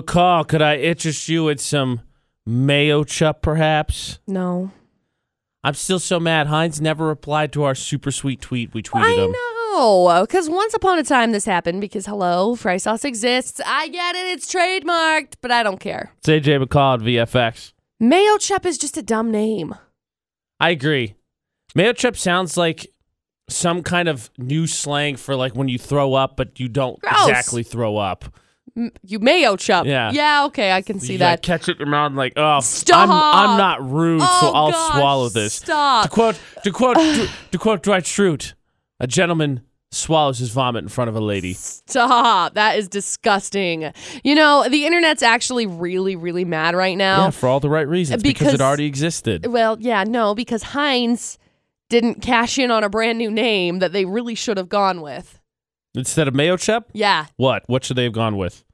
McCall, could I interest you in some mayo chup, perhaps? No. I'm still so mad. Heinz never replied to our super sweet tweet we tweeted him. I know, because once upon a time this happened because hello, fry sauce exists. I get it, it's trademarked, but I don't care. It's AJ McCall at VFX. Mayo chup is just a dumb name. I agree. Mayo chup sounds like some kind of new slang for like when you throw up, but you don't Gross. exactly throw up. M- you mayo chup. Yeah. Yeah, okay, I can see you that. Like catch it in your mouth and like, oh, Stop. I'm, I'm not rude, so Oh, I'll gosh, swallow this. To Stop. quote, to quote, to, quote Dwight Schrute, a gentleman swallows his vomit in front of a lady. Stop. That is disgusting. You know, the internet's actually really, really mad right now. Yeah, for all the right reasons because, it Because- already existed. Well, yeah, no, because Heinz didn't cash in on a brand new name that they really should have gone with. Instead of mayo chup, Yeah, what? What should they have gone with?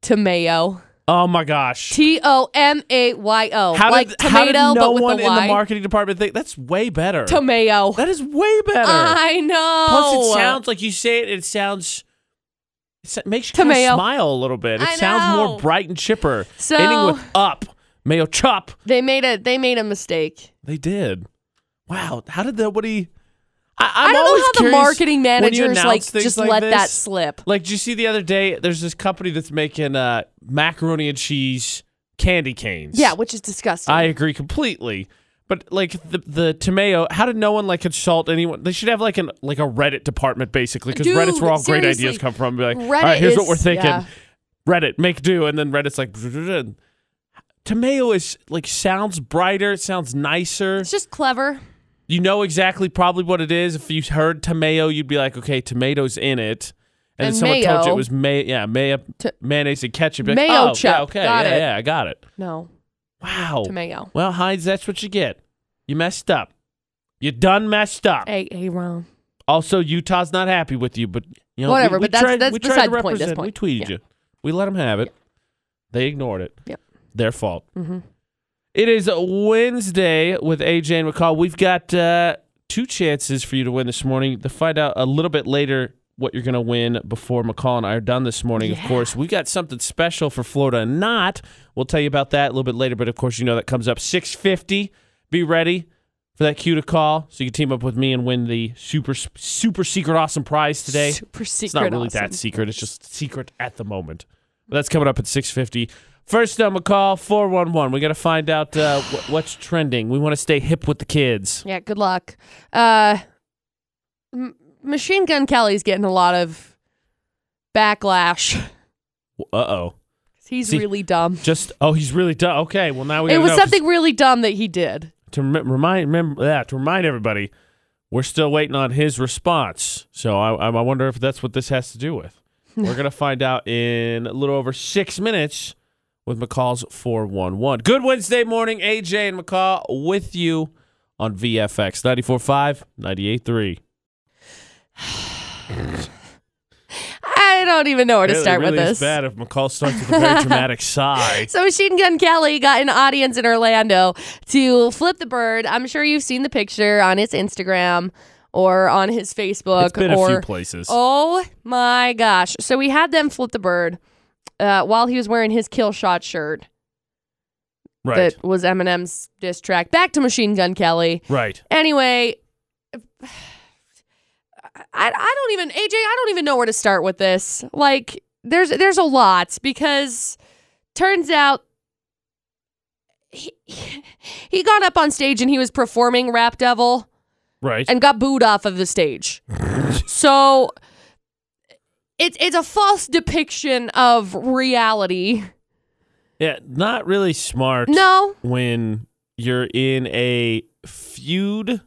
Tomeo. Oh my gosh! T O M A Y O. how Like did how did tomato, no but with one a in Y. the marketing department think that's way better? Tomato. that is way better. I know. Plus, it sounds like you say it. It sounds. It makes you kinda Tomato. smile a little bit. It I sounds know. more bright and chipper. So- Ending with up, mayo chop. They made a they made a mistake. They did. Wow. How did nobody? I, I'm I do not know always how the curious marketing when you managers announce like things just like let that this. slip. Like, did you see the other day? There's this company that's making uh, macaroni and cheese candy canes. Yeah, which is disgusting. I agree completely. But like the the tomato, how did no one like consult anyone? They should have like an like a Reddit department basically because Dude, Reddit's where all great seriously. ideas come from. Be like, all Reddit right, here's is- what we're thinking. yeah. Reddit, make do, and then Reddit's like. Tomato is like sounds brighter, it sounds nicer. it's just clever. You know exactly probably what it is. If you heard tomato, you'd be like, okay, tomatoes in it. And, And then someone told you mayo. it was may yeah, may- mayonnaise and ketchup. You'd be Mayo like, oh, chup. Yeah, okay, Got yeah, it. yeah, I got it. No. Wow. Tomato. Well, Heinz, that's what you get. You messed up. You done messed up. A A Ron. Also, Utah's not happy with you, but you know we- Whatever, We, but that's- tried, that's we tried to beside the point at this represent. point. We tweeted Yeah. you. We let them have it. They ignored it. Yep. Their fault. Mhm. It is a Wednesday with AJ and McCall. We've got uh, two chances for you to win this morning. To find out a little bit later what you're going to win before McCall and I are done this morning. Of Yeah. course, we got something special for Florida and not. We'll tell you about that a little bit later. But of course, you know that comes up 6:50. Be ready for that cue to call so you can team up with me and win the super super secret awesome prize today. Super secret. It's not really awesome. that secret. It's just secret at the moment. But that's coming up at 650. First number call, 411. We got to find out uh, wh- what's trending. We want to stay hip with the kids. Yeah, good luck. Uh, M- Machine Gun Kelly's getting a lot of backlash. Uh-oh. He's See, really dumb. Just, oh, he's really dumb. Okay, well, now we It gotta was know, 'cause something really dumb that he did. To rem- remind, remember that, to remind everybody, we're still waiting on his response. So I, I I wonder if that's what this has to do with. We're going to find out in a little over six minutes with McCall's 411. Good Wednesday morning, AJ and McCall with you on VFX 94.5, 98.3. I don't even know where to start with this. bad if McCall starts with a very dramatic sigh. So Machine Gun Kelly got an audience in Orlando to flip the bird. I'm sure you've seen the picture on his Instagram or on his Facebook It's been a or few places. Oh my gosh. So we had them flip the bird uh, while he was wearing his kill shot shirt right, that was Eminem's diss track. Back to Machine Gun Kelly. right. Anyway, I, I don't even AJ, I don't even know where to start with this. Like there's there's a lot because turns out he, he got up on stage and he was performing Rap Devil Right. and got booed off of the stage. so it's it's a false depiction of reality. yeah, not really smart No, when you're in a feud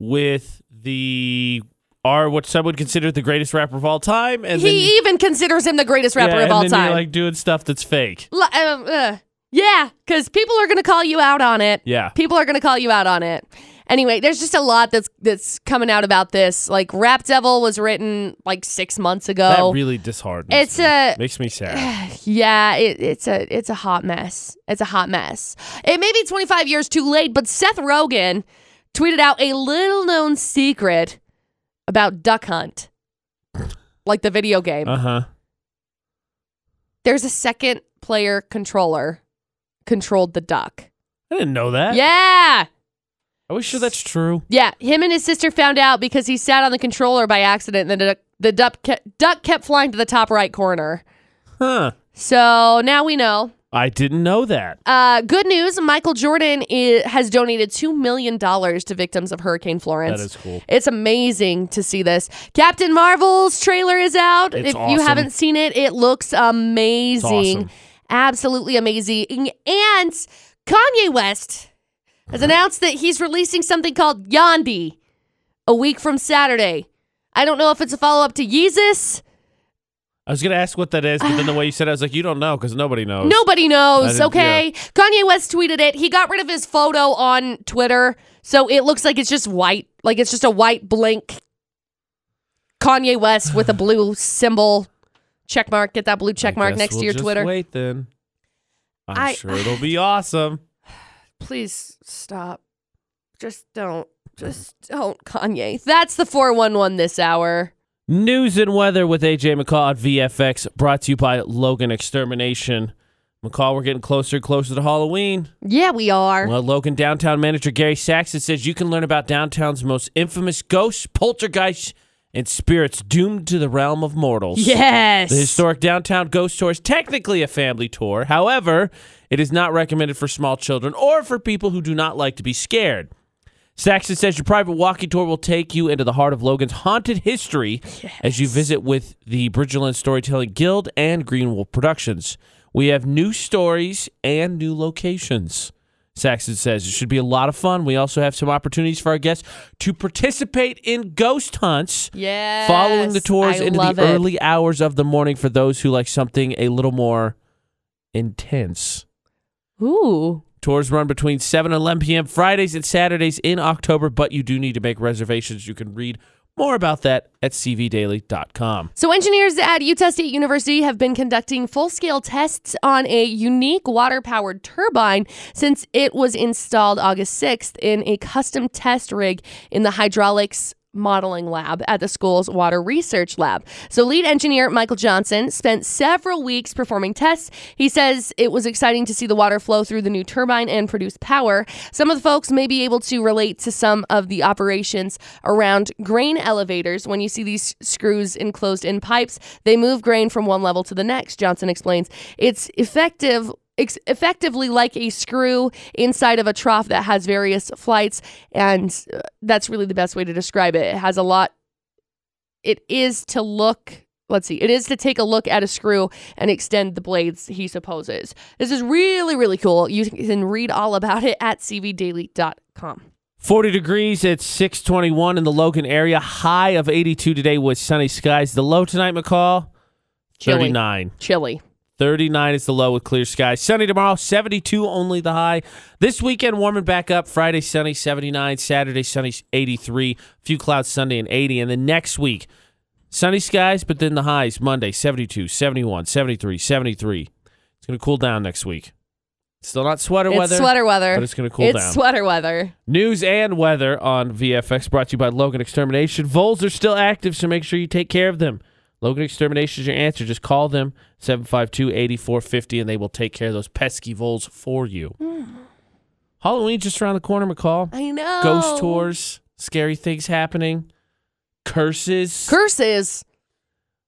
with the are what some would consider the greatest rapper of all time and then he even considers him the greatest rapper yeah, of all and then time. You're like doing stuff that's fake. Li- um, uh, yeah, because people are gonna call you out on it. Yeah. People are gonna call you out on it. Anyway, there's just a lot that's that's coming out about this. Like Rap Devil was written like six months ago. That really disheartens. It's uh, me. a- makes me sad. yeah, it, it's a it's a hot mess. It's a hot mess. It may be 25 years too late, but Seth Rogen tweeted out a little known secret Uh-huh. about Duck Hunt, like the video game. Uh huh. there's a second player controller controlled the duck. I didn't know that. Yeah. Are we sure that's true? Yeah, him and his sister found out because he sat on the controller by accident and the duck, the duck, kept, duck kept flying to the top right corner. Huh. So now we know. I didn't know that. Uh, good news Michael Jordan i has donated $2 million to victims of Hurricane Florence. That is cool. It's amazing to see this. Captain Marvel's trailer is out. It's if you awesome. haven't seen it, it looks amazing. Absolutely amazing. And Kanye West Uh-huh. has announced that he's releasing something called Yandi a week from Saturday. I don't know if it's a follow up to Yeezus. I was gonna ask what that is, but then the way you said it, I was like, you don't know because nobody knows. Nobody knows, I didn't- okay? Kanye West tweeted it. He got rid of his photo on Twitter. So it looks like it's just white. Like it's just a white blank Kanye West with a blue symbol. Check mark. Get that blue check I mark guess next we'll to your just Twitter. Wait then. I'm I- sure it'll be awesome. Please stop. Just don't. Just don't, Kanye. That's the 411 this hour. News and weather with AJ McCall at VFX, brought to you by Logan Extermination. McCall, we're getting closer and closer to Halloween. Yeah, we are. Well, Logan downtown manager Gary Saxon says you can learn about downtown's most infamous ghosts, poltergeists, and spirits doomed to the realm of mortals. Yes. The historic downtown ghost tour is technically a family tour. However, it is not recommended for small children or for people who do not like to be scared. Saxon says your private walking tour will take you into the heart of Logan's haunted history as you visit with the Bridgerland Storytelling Guild and Greenwood Productions. We have new stories and new locations. Saxon says it should be a lot of fun. We also have some opportunities for our guests to participate in ghost hunts yes. following the tours I into love the it. early hours of the morning for those who like something a little more intense. Ooh. Tours run between 7 and 11 p.m. Fridays and Saturdays in October, but you do need to make reservations. You can read more about that at cvdaily.com. So, engineers at Utah State University have been conducting full scale tests on a unique water powered turbine since it was installed August 6th in a custom test rig in the hydraulics modeling lab at the school's water research lab. So, lead engineer Michael Johnson spent several weeks performing tests. He says it was exciting to see the water flow through the new turbine and produce power. Some of the folks may be able to relate to some of the operations around grain elevators. When you see these screws enclosed in pipes, they move grain from one level to the next, Johnson explains. It's effective. It's effectively like a screw inside of a trough that has various flights, and uh, that's really the best way to describe it. It has a lot it is to look let's see it is to take a look at a screw and extend the blades he supposes this is really really cool you can read all about it at cvdaily.com 40 degrees at 621 in the Logan area. High of 82 today with sunny skies. The low tonight, McCall, Chilly. 39. chilly 39 is the low with clear skies. Sunny tomorrow, 72 only the high. This weekend warming back up. Friday sunny 79, Saturday sunny 83, few clouds Sunday and 80 and then next week sunny skies but then the highs Monday 72, 71, 73, 73. It's going to cool down next week. Still not sweater it's weather, sweater weather but it's going to cool it's down. sweater weather News and weather on VFX brought to you by Logan Extermination. Voles are still active, so make sure you take care of them. Logan Extermination is your answer. Just call them 752 8450 and they will take care of those pesky voles for you. Halloween just around the corner, McCall. i know Ghost tours, scary things happening, curses. curses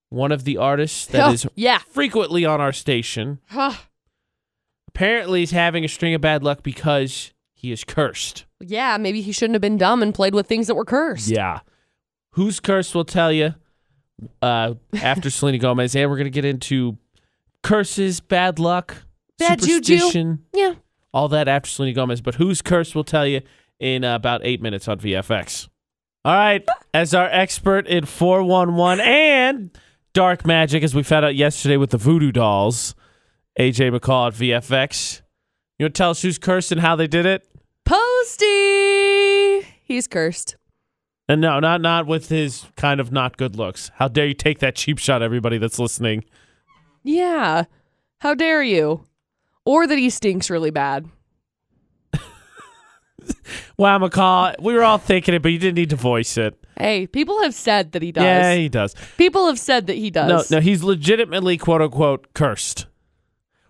One of the artists that Oh, is yeah frequently on our station Huh. apparently is having a string of bad luck because he is cursed. yeah maybe he shouldn't have been dumb and played with things that were cursed Yeah. Who's cursed? We'll tell you uh, after Selena Gomez, and we're gonna get into curses, bad luck, Bad juju. superstition, yeah all that after Selena Gomez. But who's cursed? We'll tell you in uh, about eight minutes on VFX. All right, as our expert in four one one and dark magic, as we found out yesterday with the voodoo dolls, AJ McCall at VFX. You want to tell us who's cursed and how they did it? posty he's cursed And no, not not with his kind of not good looks. How dare you take that cheap shot, everybody that's listening? yeah how dare you or that he stinks really bad Wow, McCall, we were all thinking it, but you didn't need to voice it. Hey, people have said that he does. Yeah, he does. People have said that he does. No, no, he's legitimately quote unquote cursed.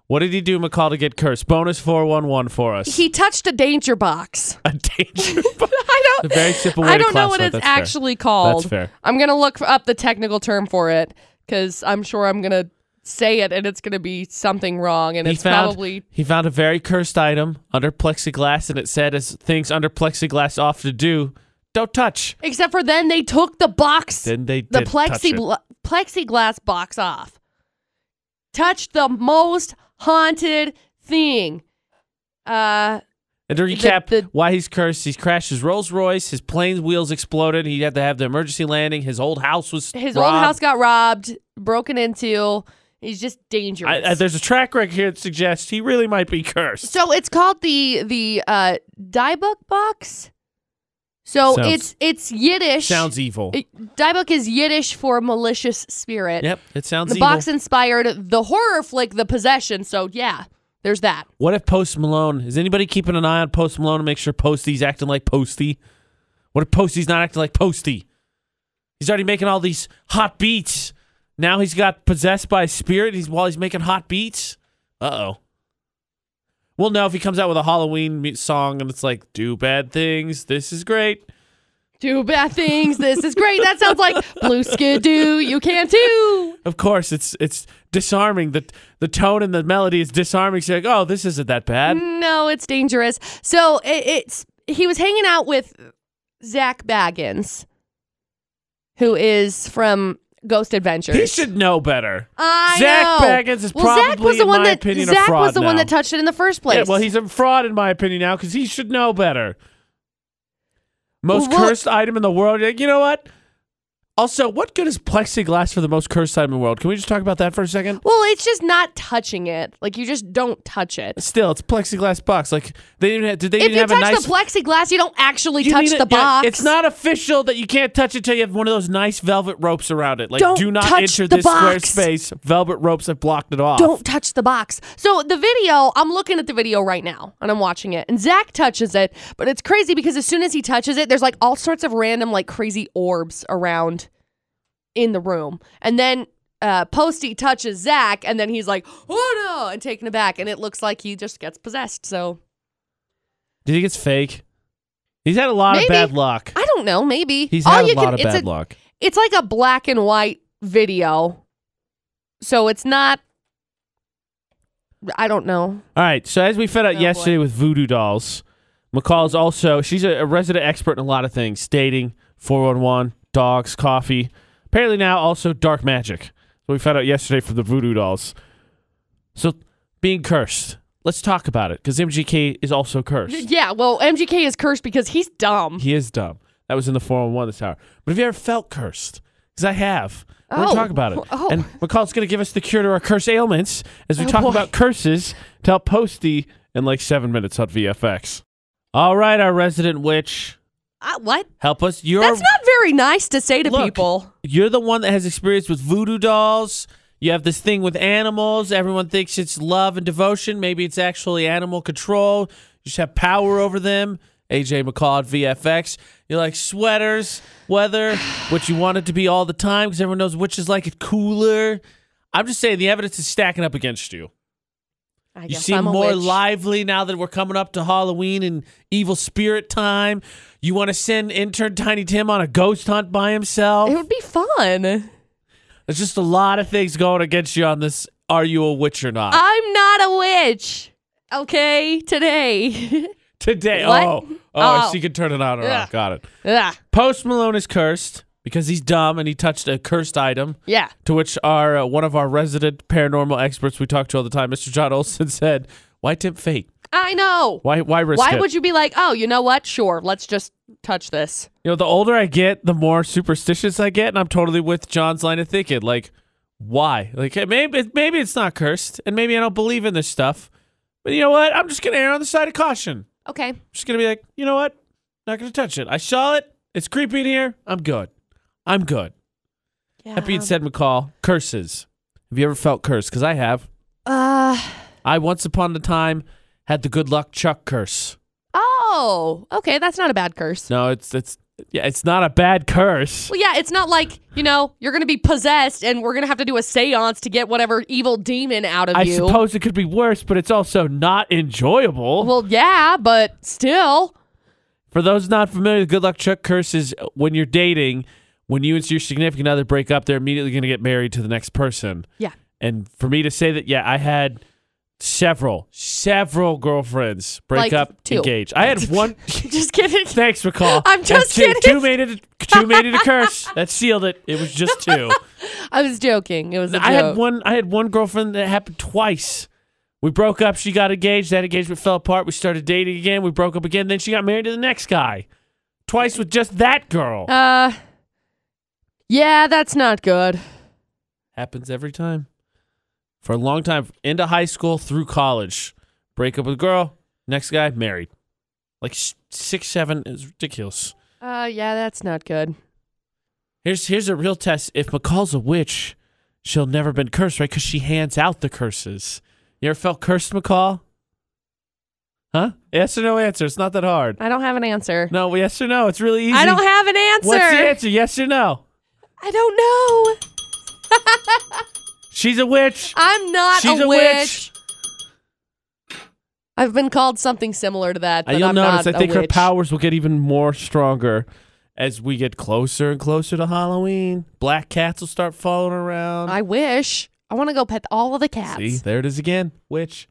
What did he do, McCall, to get cursed? Bonus four one one for us. He touched a danger box. a danger. box. I a don't. very simple way I to don't know what classify it. it's That's fair. actually called. That's fair. I'm gonna look up the technical term for it because I'm sure I'm gonna say it and it's gonna be something wrong and He it's found probably he found a very cursed item under plexiglass, and it said, "As things under plexiglass off to do, don't touch." except for then they took the box, Then they the did touch plexi it. plexiglass box off. Touched the most haunted thing. Uh, And to recap, the- why he's cursed: he's crashed his Rolls Royce, his plane's wheels exploded, he had to have the emergency landing, his old house was his robbed. old house got robbed, broken into. He's just dangerous. I, I, there's a track record here that suggests he really might be cursed. So it's called the the uh Diebuck box. So Sounds- it's it's Yiddish. Sounds evil. It- Diebuck is Yiddish for malicious spirit. yep, it sounds The evil. box inspired the horror flick The Possession. So yeah, there's that. what if Post Malone? Is anybody keeping an eye on Post Malone to make sure Posty's acting like Posty? What if Posty's not acting like Posty? He's already making all these hot beats. Now he's got possessed by spirit. He's while he's making hot beats. Uh oh. We'll know if he comes out with a Halloween me- song and it's like, "Do bad things. This is great." Do bad things. This is great. That sounds like Blue Skidoo. You can too. Of course, it's it's disarming. the The tone and the melody is disarming. She's like, "Oh, this isn't that bad." No, it's dangerous. So it, it's he was hanging out with Zach Baggins, who is from Ghost Adventures. He should know better. I Zach know. Baggins is well, Zach probably, was the in one my that opinion, a Zach fraud was the one now. that touched it in the first place. Yeah, well, he's a fraud in my opinion now because he should know better. Most Well- cursed item in the world. You're like, you know what? Also, what good is plexiglass for the most cursed item in the world? Can we just talk about that for a second? well, it's just not touching it. Like you just don't touch it. Still, it's plexiglass box. Like they didn't. Have, did they If even you have touch a nice? the plexiglass, you don't actually You touch mean the it- yeah, box. it's not official that you can't touch it till you have one of those nice velvet ropes around it. Like, Don't do not touch enter the this square box. space. Velvet ropes have blocked it off. Don't touch the box. So the video, I'm looking at the video right now and I'm watching it. And Zach touches it, but it's crazy because as soon as he touches it, there's like all sorts of random like crazy orbs around in the room. And then uh, Posty touches Zach and then he's like, oh no, and taken aback. And it looks like he just gets possessed. So Do you think it's fake? He's had a lot of Maybe. bad luck. I don't know, maybe. He's all had a you lot can, of it's bad a- luck. it's like a black and white video. So it's not I don't know. All right. So as we found out Oh, yesterday boy. with voodoo dolls, McCall's also she's a, a resident expert in a lot of things: dating, four one one, dogs, coffee. Apparently now also dark magic. So we found out yesterday from the voodoo dolls. So being cursed. Let's talk about it because MGK is also cursed. Yeah, well, MGK is cursed because he's dumb. he is dumb. That was in the four one one this hour. But have you ever felt cursed? Because I have. We're Oh. gonna talk about it. Oh. And McCall's gonna give us the cure to our curse ailments as we Oh, talk boy. about curses to help Posty in like seven minutes on VFX. All right, our resident witch, I, what? help us. You're That's not very nice to say to Look, people. you're the one that has experience with voodoo dolls. You have this thing with animals. Everyone thinks it's love and devotion. Maybe it's actually animal control. You just have power over them. AJ McCall at VFX. You like sweaters, weather, what you want it to be all the time because everyone knows witches like it cooler. I'm just saying the evidence is stacking up against you. I You guess seem I'm a more witch. lively now that we're coming up to Halloween and evil spirit time. You want to send intern Tiny Tim on a ghost hunt by himself. It would be fun. There's just a lot of things going against you on this. Are you a witch or not? I'm not a witch. Okay, today. Today. what? Oh, oh, Oh. she can turn it on or Yeah. off. Got it. Ah, Post Malone is cursed because he's dumb and he touched a cursed item. yeah. To which our uh, one of our resident paranormal experts we talk to all the time, Mr. John Olson, said, "Why tempt fate? I know. Why why risk Why it?" would you be like, "Oh, you know what? Sure, let's just touch this." You know, the older I get, the more superstitious I get, and I'm totally with John's line of thinking. Like, why? Like, hey, maybe maybe it's not cursed, and maybe I don't believe in this stuff. But you know what? I'm just gonna err on the side of caution. Okay. just gonna be like, you know what? Not gonna touch it. I saw it. It's creepy in here. I'm good. I'm good. Yeah. That being said, McCall, curses. Have you ever felt cursed? Because I have. Uh I once upon a time had the good luck Chuck curse. oh. Okay, that's not a bad curse. No, it's it's Yeah, it's not a bad curse. Well, yeah, it's not like, you know, you're going to be possessed and we're going to have to do a seance to get whatever evil demon out of I you. suppose it could be worse, but it's also not enjoyable. well, yeah, but still. For those not familiar, the good luck Chuck curse is when you're dating, when you and your significant other break up, they're immediately going to get married to the next person. Yeah. And for me to say that, yeah, I had several, several girlfriends break Like up, two. engage. I had one. Just kidding. Thanks for calling. I'm just two, kidding. Two made it. A, two made it a curse. That sealed it. It was just two. I was joking. It was a joke. I had one. I had one girlfriend that happened twice. We broke up. She got engaged. That engagement fell apart. We started dating again. We broke up again. Then she got married to the next guy. Twice with just that girl. Uh, yeah, that's not good. Happens every time. For a long time, into high school through college, break up with a girl. Next guy married. Like s- six, seven is ridiculous. Uh, yeah, that's not good. Here's here's a real test. If McCall's a witch, she'll never been cursed, right? Because she hands out the curses. You ever felt cursed, McCall? Huh? Yes or no answer. It's not that hard. I don't have an answer. No, yes or no. It's really easy. I don't have an answer. What's the answer? Yes or no? I don't know. She's a witch. I'm not She's a, a witch. witch. I've been called something similar to that, Uh, but You'll I'm notice. I not think a her witch. powers will get even more stronger as we get closer and closer to Halloween. Black cats will start following around. I wish. I want to go pet all of the cats. See, there it is again. Which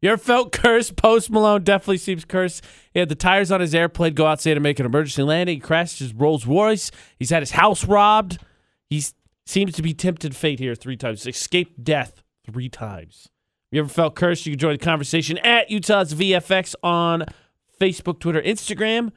your felt cursed. Post Malone definitely seems cursed. He had the tires on his airplane go outside to make an emergency landing. He crashed his Rolls Royce. He's had his house robbed. He seems to be tempted fate here three times. Escaped death three times. You ever felt cursed? You can join the conversation at Utah's VFX on Facebook, Twitter, Instagram.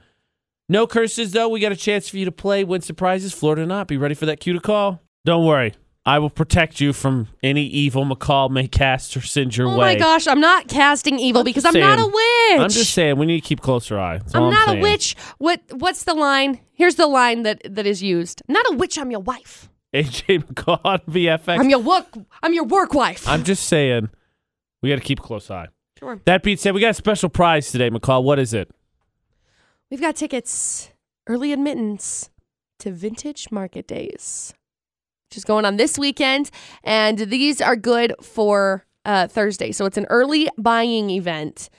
No curses, though. We got a chance for you to play, win surprises, Florida or not. Be ready for that cue to call. Don't worry. I will protect you from any evil McCall may cast or send your Oh way. my gosh, I'm not casting evil because I'm not a saying. witch. I'm just saying, we need to keep closer eye. That's I'm all not saying. a witch. What what's the line? Here's the line that that is used. Not a witch, I'm your wife. AJ McCall on VFX. I'm your work I'm your work wife. I'm just saying, we got to keep close eye. sure. That being said, we got a special prize today, McCall. What is it? We've got tickets, early admittance to Vintage Market Days, which is going on this weekend. And these are good for uh, Thursday. So it's an early buying event.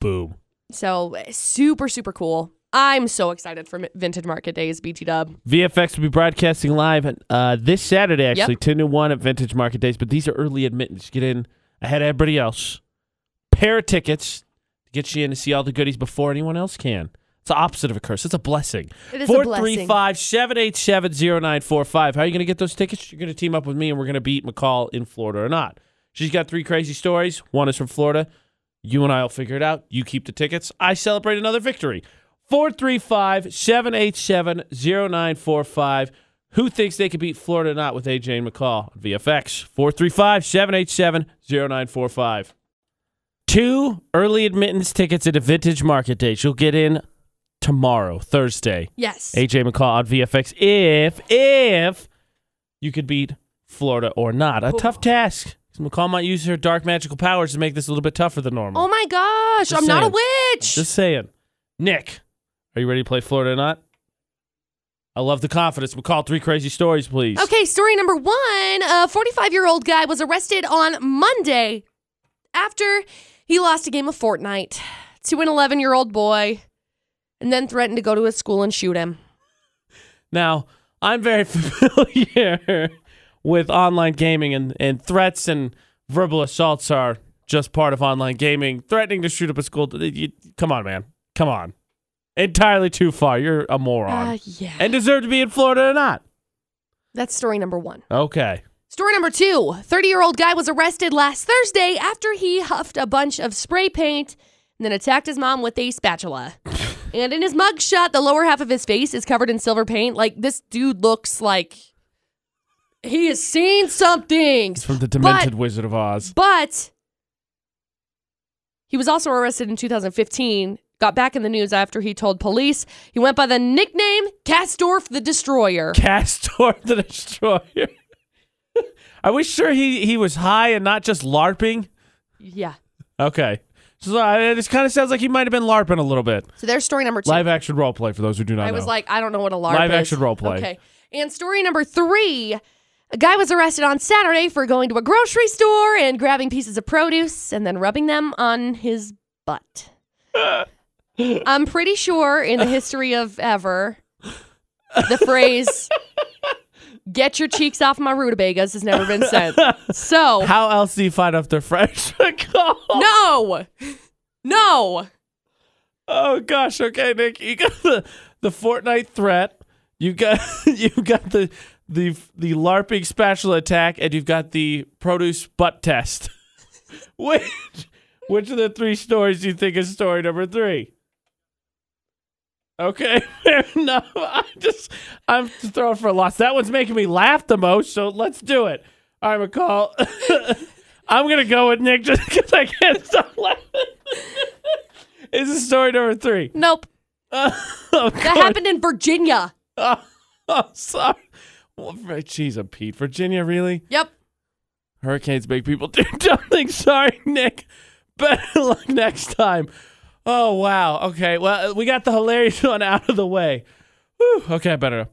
Boom. So super, super cool. I'm so excited for Mi- Vintage Market Days, BT Dub. VFX will be broadcasting live uh, this Saturday, actually, 10 to 1 at Vintage Market Days. But these are early admittance. Get in ahead of everybody else. Pair of tickets to get you in to see all the goodies before anyone else can. It's the opposite of a curse. It's a blessing. It is a blessing. 435 787 0945. How are you going to get those tickets? You're going to team up with me and we're going to beat McCall in Florida or not. She's got three crazy stories. One is from Florida. You and I will figure it out. You keep the tickets. I celebrate another victory. 435 787 0945. Who thinks they could beat Florida or not with AJ and McCall on VFX? 435 787 0945. Two early admittance tickets at a vintage market date. You'll get in tomorrow, Thursday. Yes. AJ McCall on VFX. If, if you could beat Florida or not. A tough task. 'Cause McCall might use her dark magical powers to make this a little bit tougher than normal. Oh my gosh, Just I'm not a saying. witch. Just saying. Nick, are you ready to play Florida or not? I love the confidence. McCall, three crazy stories, please. Okay, story number one. A 45 year old guy was arrested on Monday after he lost a game of Fortnite to an 11 year old boy and then threatened to go to his school and shoot him. Now, I'm very familiar with online gaming and, and threats and verbal assaults are just part of online gaming. Threatening to shoot up a school. you- come on, man. Come on. Entirely too far. You're a moron. Uh, yeah. and deserve to be in Florida or not. That's story number one. Okay. Story number two 30 year old guy was arrested last Thursday after he huffed a bunch of spray paint and then attacked his mom with a spatula. and in his mugshot, the lower half of his face is covered in silver paint. Like, this dude looks like he has seen something. It's from the Demented Wizard of Oz. But he was also arrested in 2015, got back in the news after he told police he went by the nickname Castorf the Destroyer. Castor the Destroyer. Are we sure he, he was high and not just LARPing? Yeah. Okay. So uh, this kind of sounds like he might have been LARPing a little bit. So there's story number two. Live action role play for those who do not I know. was like, I don't know what a LARP Live is. action role play. Okay. And story number three a guy was arrested on Saturday for going to a grocery store and grabbing pieces of produce and then rubbing them on his butt. I'm pretty sure in the history of ever, the phrase, get your cheeks off my rutabagas, has never been said. So, How else do you find out if they're fresh? God. no, no. Oh gosh. Okay, Nick. You got the the Fortnite threat. You got you got the the the LARPing spatula attack, and you've got the produce butt test. which which of the three stories do you think is story number three? Okay, fair enough. I just I'm just throwing for a loss. That one's making me laugh the most, so let's do it. All right, McCall. I'm gonna go with Nick just because I can't stop laughing. Is this story number three? Nope. Oh, That God. happened in Virginia. Oh, I'm sorry. Well, Vir- Jeez, oh, Pete, Virginia, really? Yep. Hurricanes make people do something. Sorry, Nick. Better luck next time. Oh wow. Okay. Well, we got the hilarious one out of the way. Whew. Okay, better.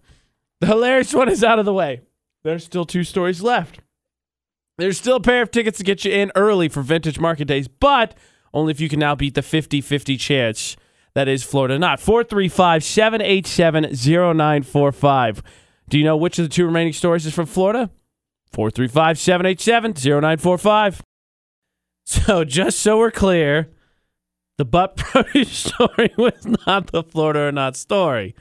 The hilarious one is out of the way. There's still two stories left. There's still a pair of tickets to get you in early for Vintage Market Days, but only if you can now beat the 50 50 chance that is Florida not. 435 787 0945. Do you know which of the two remaining stories is from Florida? 435 787 0945. So, just so we're clear, the butt produce story was not the Florida or not story.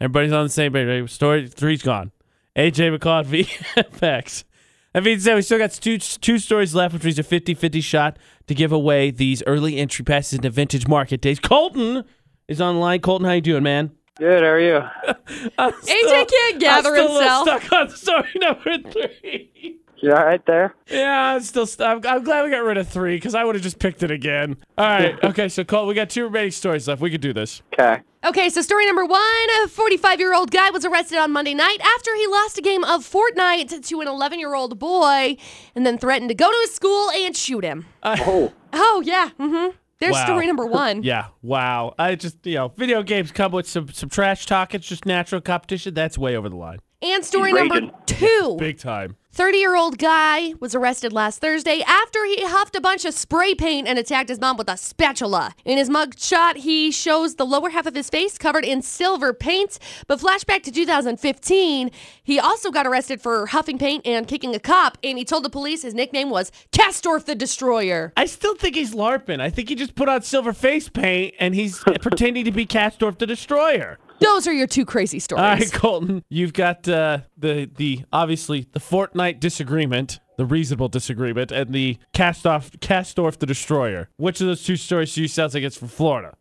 Everybody's on the same page. right? Story three's gone. AJ McCall VFX. That means that we still got two, two stories left, which means a 50 50 shot to give away these early entry passes into vintage market days. Colton is on the line. Colton, how you doing, man? Good, how are you? I'm AJ can't gather I'm still a little himself. stuck on story number three. You all right there? Yeah, I'm still. St- I'm, I'm glad we got rid of three because I would have just picked it again. All right. Okay. So, Colt, we got two remaining stories left. We could do this. Okay. Okay, so story number one a 45 year old guy was arrested on Monday night after he lost a game of Fortnite to an 11 year old boy and then threatened to go to his school and shoot him. Oh, Oh, yeah. Mm hmm. There's Wow. story number one. Yeah. Wow. I just, you know, video games come with some some trash talk. It's just natural competition. That's way over the line. And story He's number raging. two Big time. 30 year old guy was arrested last Thursday after he huffed a bunch of spray paint and attacked his mom with a spatula. In his mug shot, he shows the lower half of his face covered in silver paint. But flashback to 2015, he also got arrested for huffing paint and kicking a cop, and he told the police his nickname was Castorf the Destroyer. I still think he's LARPing. I think he just put on silver face paint and he's pretending to be Castorf the Destroyer. Those are your two crazy stories. All right, Colton, you've got uh, the the obviously the Fortnite disagreement, the reasonable disagreement, and the cast off cast off the destroyer. Which of those two stories do you sounds like it's from Florida?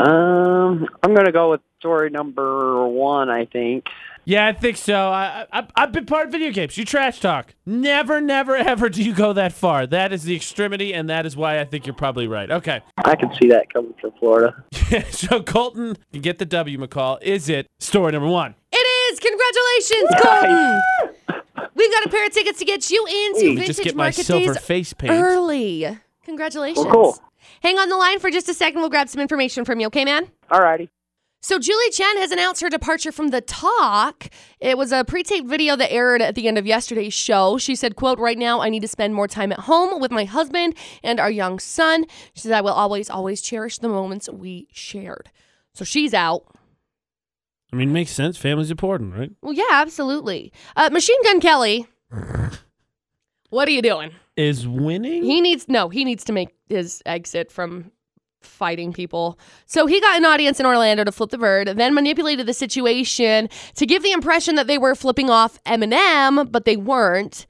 um, I'm gonna go with story number one. I think. Yeah, I think so. I, I I've- I've been part of video games. You trash talk. Never, never, ever do you go that far. That is the extremity, and that is why I think you're probably right. Okay, I can see that coming from Florida. so Colton, you get the W, McCall. Is it story number one? It is. Congratulations, Colton. We've got a pair of tickets to get you into Let me Vintage just get my Market silver Days face paint. early. Congratulations. Well, cool. Hang on the line for just a second. We'll grab some information from you, okay, man? Alrighty. So, Julie Chen has announced her departure from The Talk. It was a pre taped video that aired at the end of yesterday's show. She said, quote, Right now, I need to spend more time at home with my husband and our young son. She said, I will always, always cherish the moments we shared. So, she's out. I mean, makes sense. Family's important, right? Well, yeah, absolutely. Uh, Machine Gun Kelly, what are you doing? Is winning. He needs no. He needs to make his exit from fighting people. So he got an audience in Orlando to flip the bird, then manipulated the situation to give the impression that they were flipping off Eminem, but they weren't.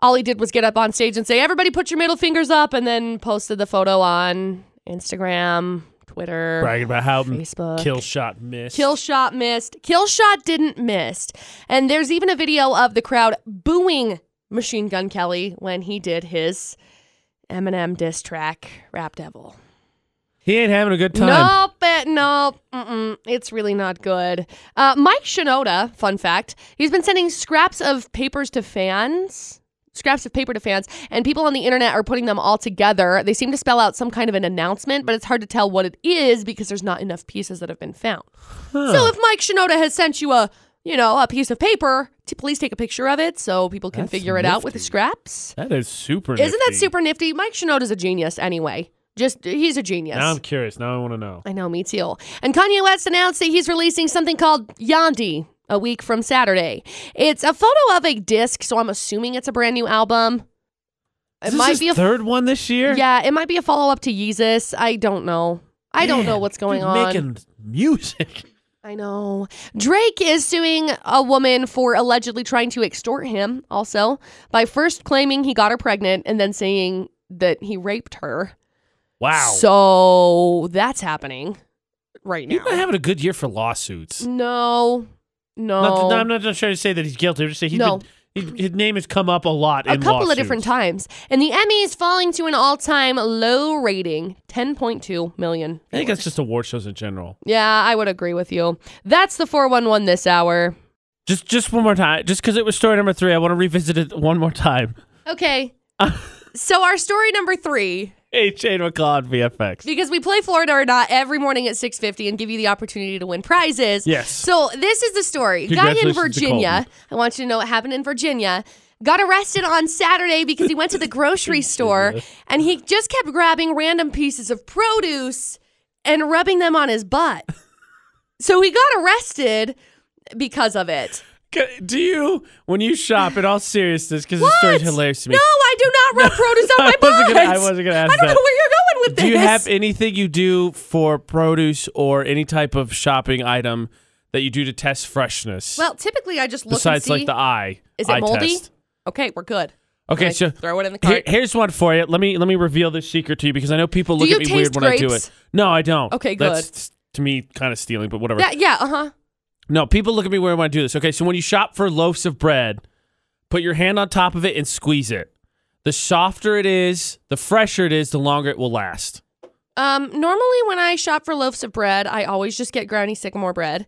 All he did was get up on stage and say, "Everybody, put your middle fingers up," and then posted the photo on Instagram, Twitter, bragging about how Facebook. kill shot missed. Kill shot missed. Kill shot didn't miss. And there's even a video of the crowd booing Machine Gun Kelly when he did his Eminem diss track, Rap Devil. he ain't having a good time. Nope, it, nope. Mm-mm, it's really not good. Uh, Mike Shinoda, fun fact, he's been sending scraps of papers to fans scraps of paper to fans, and people on the internet are putting them all together. They seem to spell out some kind of an announcement, but it's hard to tell what it is because there's not enough pieces that have been found. So if Mike Shinoda has sent you a, you know, a piece of paper, t- please take a picture of it so people can That's figure it out with the nifty. scraps. That is super. Isn't that nifty. super nifty? Mike Shinoda's a genius anyway. Just he's a genius. Now I'm curious. Now I want to know. I know, me too. And Kanye West announced that he's releasing something called Yandi a week from Saturday. It's a photo of a disc, so I'm assuming it's a brand new album. It Is this might his be a third one this year. yeah, it might be a follow up to Yeezus. I don't know. I don't know Man, what's going dude, on. Making music. I know. Drake is suing a woman for allegedly trying to extort him, also, by first claiming he got her pregnant and then saying that he raped her. Wow. So that's happening right now. You're not having a good year for lawsuits. No, no. Not that- I'm not just trying to say that he's guilty. I'm just saying he's No. been, he- his name has come up a lot a in couple of lawsuits. different times. And the Emmys falling to an all time low rating 10.2 million. I think viewers. that's just award shows in general. yeah, I would agree with you. That's the 411 this hour. Just just one more time. Just because it was story number three, I want to revisit it one more time. Okay. so, our story number three Hey, Shane McCall on VFX. because we play Florida or not every morning at 6:50 and give you the opportunity to win prizes. Yes. So this is the story. Guy in Congratulations to Virginia. I want you to know what happened in Virginia. Got arrested on Saturday because he went to the grocery store and he just kept grabbing random pieces of produce and rubbing them on his butt. So he got arrested because of it. C- Do you, when you shop, in all seriousness, because this story's What? hilarious to me, No, I do not rub produce on I my wasn't butt. gonna- I wasn't gonna ask I don't that. know where you're going with do this. you have anything you do for produce or any type of shopping item that you do to test freshness? well, typically I just look besides and see. like the eye. Is it eye moldy? test. Okay, we're good. Okay, Like, so throw it in the here- cart. here's one for you. Let me let me reveal this secret to you because I know people Do look you at me weird taste when I do grapes? it. No, I don't. Okay, That's to me kind of stealing, but whatever. Yeah, yeah, uh huh. No, people look at me weird when I do this. Okay, so when you shop for loaves of bread, put your hand on top of it and squeeze it. The softer it is, the fresher it is, the longer it will last. Um, normally when I shop for loaves of bread, I always just get Granny Sycamore bread,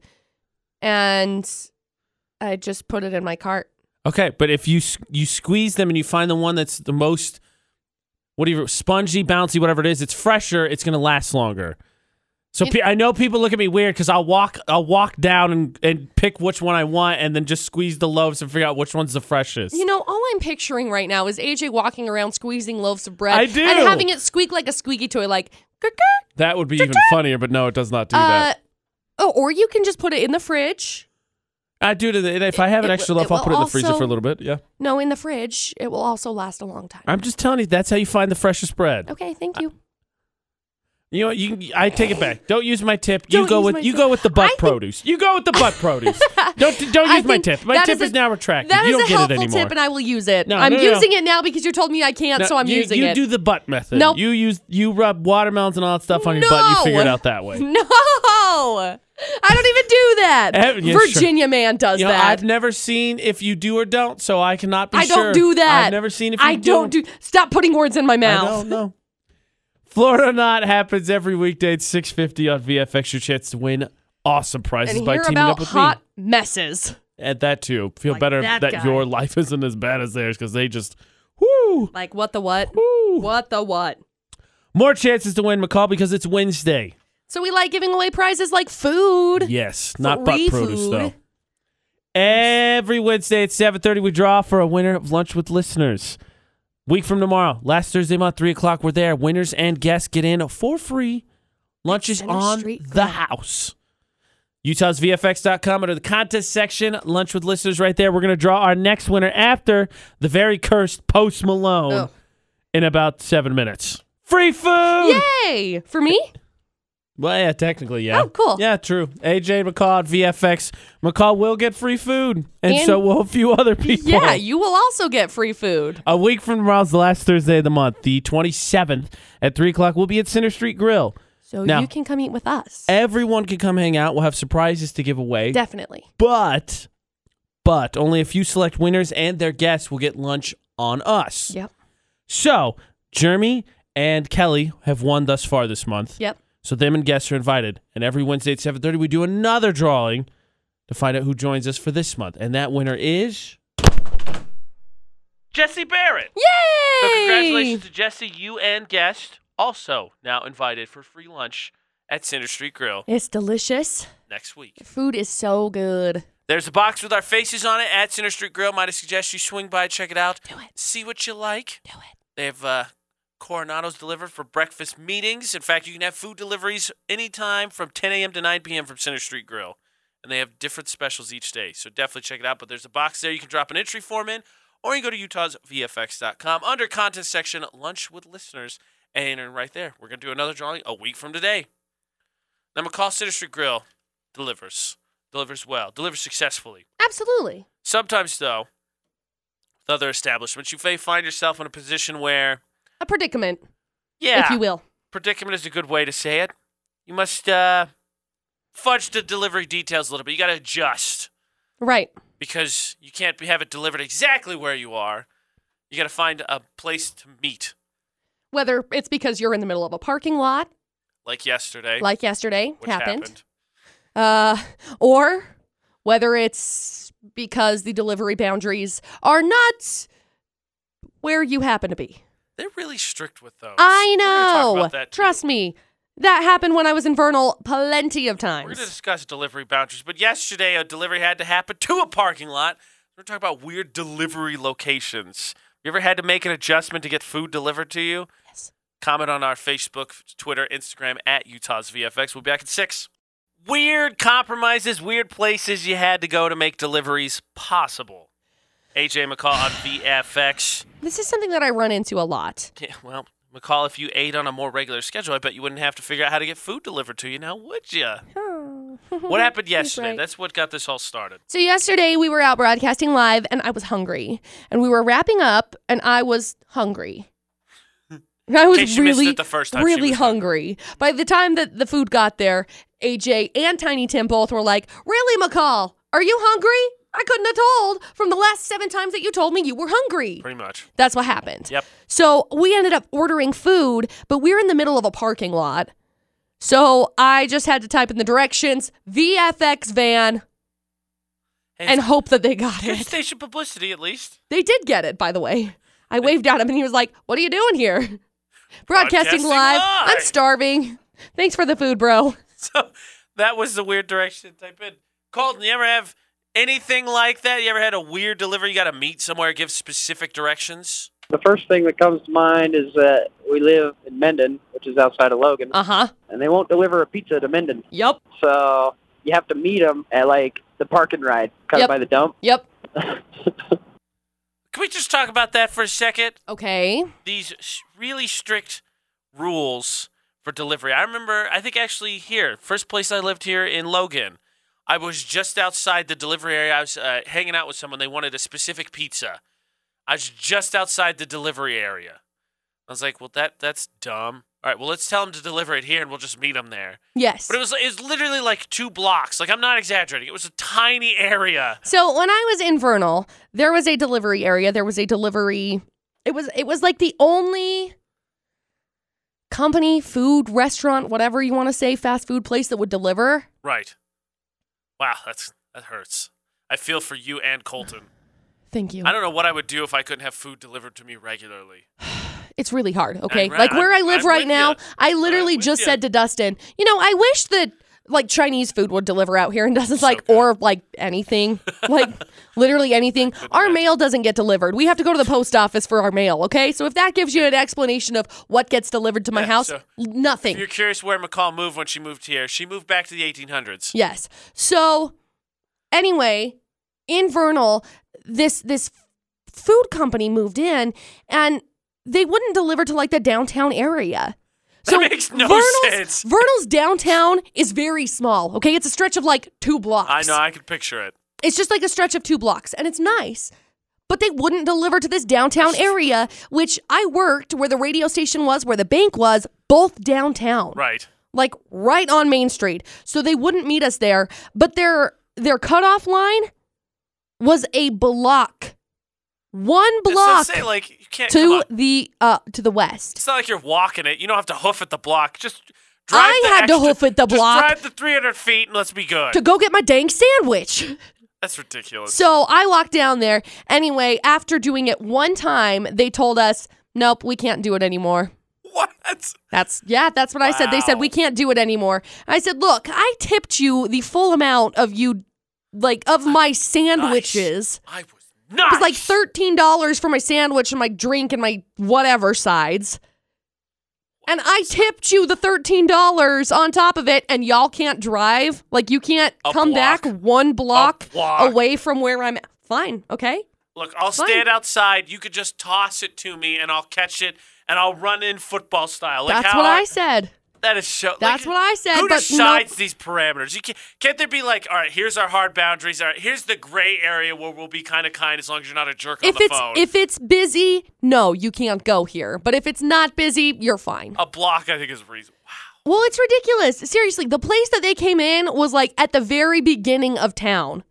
and I just put it in my cart. Okay, but if you s- you squeeze them and you find the one that's the most what do you spongy, bouncy, whatever it is, it's fresher, it's gonna last longer. So You- pe- I know people look at me weird because I'll walk I'll walk down and, and pick which one I want and then just squeeze the loaves and figure out which one's the freshest. You know, all I'm picturing right now is AJ walking around squeezing loaves of bread I do. and having it squeak like a squeaky toy, like "Grr-grr." that would be even funnier, but no, it does not do uh, that. oh, or you can just put it in the fridge. I do to the, if I have an it extra will- loaf, it I'll put it in will the freezer for also- a little bit. Yeah. No, in the fridge, it will also last a long time. I'm just telling you, that's how you find the freshest bread. okay, thank you. You know, what, you can- I take it back. Don't use my tip. Don't you go use with my you tip. go with the butt I think- produce. You go with the butt produce. Don't don't I use my think tip. My that tip is a- is now retracted. That You is don't a get it helpful anymore. tip, and I will use it. No, I'm no, no, no. using it now because you told me I can't, No, so I'm you, using you it. do the butt method. Nope. You use you rub watermelons and all that stuff on your butt. You No. figure it out that way. No, I don't even do that. Ev- yeah, sure. Virginia man does You know, that. I've never seen if you do or don't, so I cannot be I sure. don't do that. I've never seen if you I don't do. Stop putting words in my I mouth. don't know. Florida Not happens every weekday at 6.50 on VFX. Your chance to win awesome prizes And by hear teaming about up with me. hot messes. at that too. Feel Like better that that, guy. your life isn't as bad as theirs because they just whoo Like what the what? whoo What the what? more chances to win McCall because it's Wednesday. So we like giving away prizes like food. Yes, not butt Free produce food. though. Every Wednesday at seven thirty, we draw for a winner of lunch with listeners. Week from tomorrow, last Thursday month, three o'clock, we're there. Winners and guests get in for free. Lunch is Center on Street the Grill. house. Utah's VFX.com under the contest section. Lunch with listeners right there. We're going to draw our next winner after the very cursed Post Malone Oh. in about seven minutes. Free food! Yay for me. Well, yeah, technically, yeah. Oh, cool. Yeah, true. AJ McCall at VFX. McCall will get free food, and, And- so will a few other people. Yeah, you will also get free food. A week from tomorrow's the last Thursday of the month, the 27th at 3 o'clock. We'll be at Center Street Grill. So Now- you can come eat with us. Everyone can come hang out. We'll have surprises to give away. Definitely. but, but only a few select winners and their guests will get lunch on us. Yep. So, Jeremy and Kelly have won thus far this month. Yep. So them and guests are invited, and every Wednesday at seven thirty we do another drawing to find out who joins us for this month, and that winner is Jesse Barrett. Yay! So congratulations to Jesse, you and guest, also now invited for free lunch at Cinder Street Grill It's delicious. next week. Food is so good. There's a box with our faces on it at Center Street Grill. Might I suggest you swing by, check it out, Do it. see what you like. Do it. They have uh, Coronados delivered for breakfast meetings. In fact, you can have food deliveries anytime from 10 a.m. to 9 p.m. from Center Street Grill. And they have different specials each day. So definitely check it out. But there's a box there you can drop an entry form in, or you can go to utahsvfx.com under contest section, lunch with listeners, and enter right there. We're going to do another drawing a week from today. Now, McCall Center Street Grill delivers, delivers well, delivers successfully. Absolutely. Sometimes, though, with other establishments, you may find yourself in a position where, A predicament, yeah, if you will. predicament is a good way to say it. You must uh, fudge the delivery details a little bit. You got to adjust Right. because you can't be- have it delivered exactly where you are. You got to find a place to meet, Whether it's because you're in the middle of a parking lot, like yesterday, like yesterday which uh, or whether it's because the delivery boundaries are not where you happen to be. They're really strict with those. I Oh, We're gonna talk know. about that too. Trust me, that happened when I was in Vernal plenty of We're times. going to discuss delivery boundaries, but yesterday a delivery had to happen to a parking lot. We're talking about weird delivery locations. You ever had to make an adjustment to get food delivered to you? Yes. Comment on our Facebook, Twitter, Instagram at Utah's VFX. We'll be back at six. Weird compromises, weird places you had to go to make deliveries possible. AJ McCall on VFX. This is something that I run into a lot. Yeah, well, McCall, if you ate on a more regular schedule, I bet you wouldn't have to figure out how to get food delivered to you now, would you? What happened yesterday? Mm-hmm. right. That's what got this all started. So yesterday we were out broadcasting live and I was hungry. And we were wrapping up and I was hungry. And I was In case you missed really it the first time she really was hungry. By the time that the food got there, AJ and Tiny Tim both were like, "Really, McCall? Are you hungry? I couldn't have told from the last 7 times that you told me you were hungry." Pretty much. That's what happened. Yep. So we ended up ordering food, but we were in the middle of a parking lot. So I just had to type in the directions VFX van Hey, and hope that they got good it. station publicity, at least. They did get it, by the way. I waved at him and he was like, What are you doing here? Broadcasting, Broadcasting live. I'm live. starving. Thanks for the food, bro. So that was the weird direction to type in. Colton, you ever have anything like that? You ever had a weird delivery? You got to meet somewhere, give specific directions? The first thing that comes to mind is that we live in Mendon, which is outside of Logan, Uh Uh-huh. huh. and they won't deliver a pizza to Mendon. Yep. So you have to meet them at like the park and ride, kind Yep. of by the dump. Yep. Can we just talk about that for a second? Okay. These s- really strict rules for delivery. I remember, I think actually here, first place I lived here in Logan, I was just outside the delivery area. I was uh, hanging out with someone. They wanted a specific pizza. I was just outside the delivery area. I was like, well, that that's dumb. All right, well, let's tell them to deliver it here and we'll just meet them there. Yes. But it was, it was literally like two blocks. Like, I'm not exaggerating. It was a tiny area. So when I was in Vernal, there was a delivery area. There was a delivery. It was it was like the only company, food, restaurant, whatever you want to say, fast food place that would deliver. Right. Wow, that's that hurts. I feel for you and Colton. Thank you. I don't know what I would do if I couldn't have food delivered to me regularly. It's really hard. Okay, right- like where I I'm- live I'm right with now, ya. I literally with just ya. said to Dustin, you know, I wish that like Chinese food would deliver out here, and Dustin's So like, good. or like anything, like literally anything. Our imagine. mail doesn't get delivered. We have to go to the post office for our mail. Okay, so if that gives you an explanation of what gets delivered to my Yeah, house, so If nothing. you're curious where McCall moved when she moved here, she moved back to the 1800s. Yes. So anyway, in Vernal, this this food company moved in and they wouldn't deliver to like the downtown area. That makes no sense. Vernal's downtown is very small. Okay, it's a stretch of like two blocks. I know, I could picture it. It's just like a stretch of two blocks, and it's nice. But they wouldn't deliver to this downtown area, which I worked where the radio station was, where the bank was, both downtown Right. like right on Main Street. So they wouldn't meet us there, but their their cutoff line was a block, one Block. block Say, like, you can't, come on. to the uh to the west. It's not like you're walking it. You don't have to hoof at the block. Just drive I the had to extra- hoof at the just block. drive the 300 feet and let's be good. To go get my dang sandwich. That's ridiculous. So I walked down there. Anyway, after doing it one time, they told us, nope, we can't do it anymore. what? That's, yeah, that's what I said. They said, Wow. we can't do it anymore. I said, look, I tipped you the full amount of you, like, of my sandwiches. I was not. It was like $13 for my sandwich and my drink and my whatever sides. And I tipped you the $13 on top of it, and y'all can't drive. Like, you can't A come block. back one block, block. away from where I'm at. Fine, okay? Look, I'll Fine. stand outside. You could just toss it to me, and I'll catch it, and I'll run in football style. Like That's how what I said. That is so. That's like, what I said, Who but decides these parameters? You can't, can't there be like, all right, here's our hard boundaries. All right, here's the gray area where we'll be kind of kind as long as you're not a jerk on If the it's phone. if it's busy, no, you can't go here. But if it's not busy, you're fine. a block, I think, is reasonable. Well, it's ridiculous. Seriously, the place that they came in was like at the very beginning of town.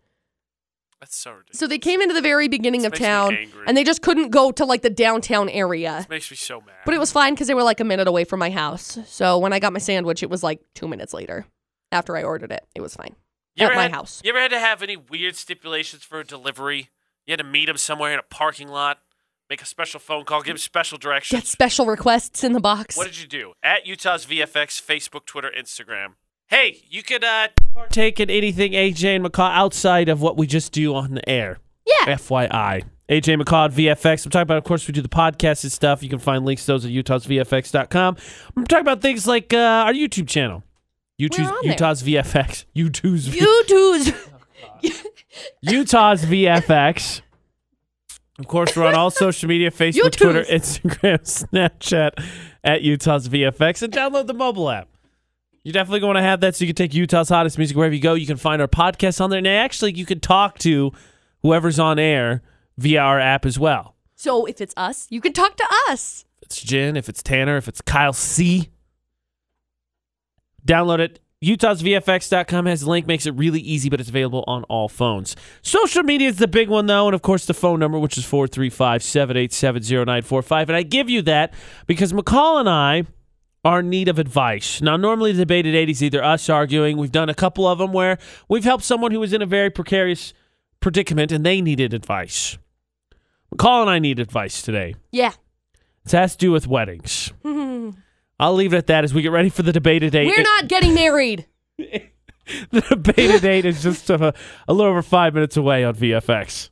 That's so ridiculous. So they came into the very beginning This of makes me town angry. and they just couldn't go to like the downtown area. It makes me so mad. But it was fine because they were like a minute away from my house. So when I got my sandwich, it was like two minutes later after I ordered it. It was fine. You at ever my had- house. You ever had to have any weird stipulations for a delivery? You had to meet him somewhere in a parking lot, make a special phone call, give him special directions. Get special requests in the box. What did you do? At Utah's VFX, Facebook, Twitter, Instagram. Hey, you could uh take in anything AJ and McCaw outside of what we just do on the air. Yeah. FYI. AJ McCaw at VFX. I'm talking about, of course, we do the podcast and stuff. You can find links to those at utahsvfx.com. I'm talking about things like uh, our YouTube channel. YouTube's, on there. Utah's VFX. YouTube's V- You two's Utah's VFX. Of course, we're on all social media Facebook, YouTubes. Twitter, Instagram, Snapchat at Utah's VFX and download the mobile app. You're definitely going to have that so you can take Utah's hottest music wherever you go. You can find our podcast on there. And actually, you can talk to whoever's on air via our app as well. So if it's us, you can talk to us. If it's Jen, if it's Tanner, if it's Kyle C. Download it. UtahsVFX.com has the link, makes it really easy, but it's available on all phones. Social media is the big one, though, and of course the phone number, which is 435 787 0945. And I give you that because McCall and I are in need of advice. Now, normally the debated 80s, either us arguing, we've done a couple of them where we've helped someone who was in a very precarious predicament and they needed advice. McCall and I need advice today. Yeah. It has to do with weddings. I'll leave it at that as we get ready for the debate at 8 We're not getting married. the debate at eight is just uh, a little over five minutes away on VFX.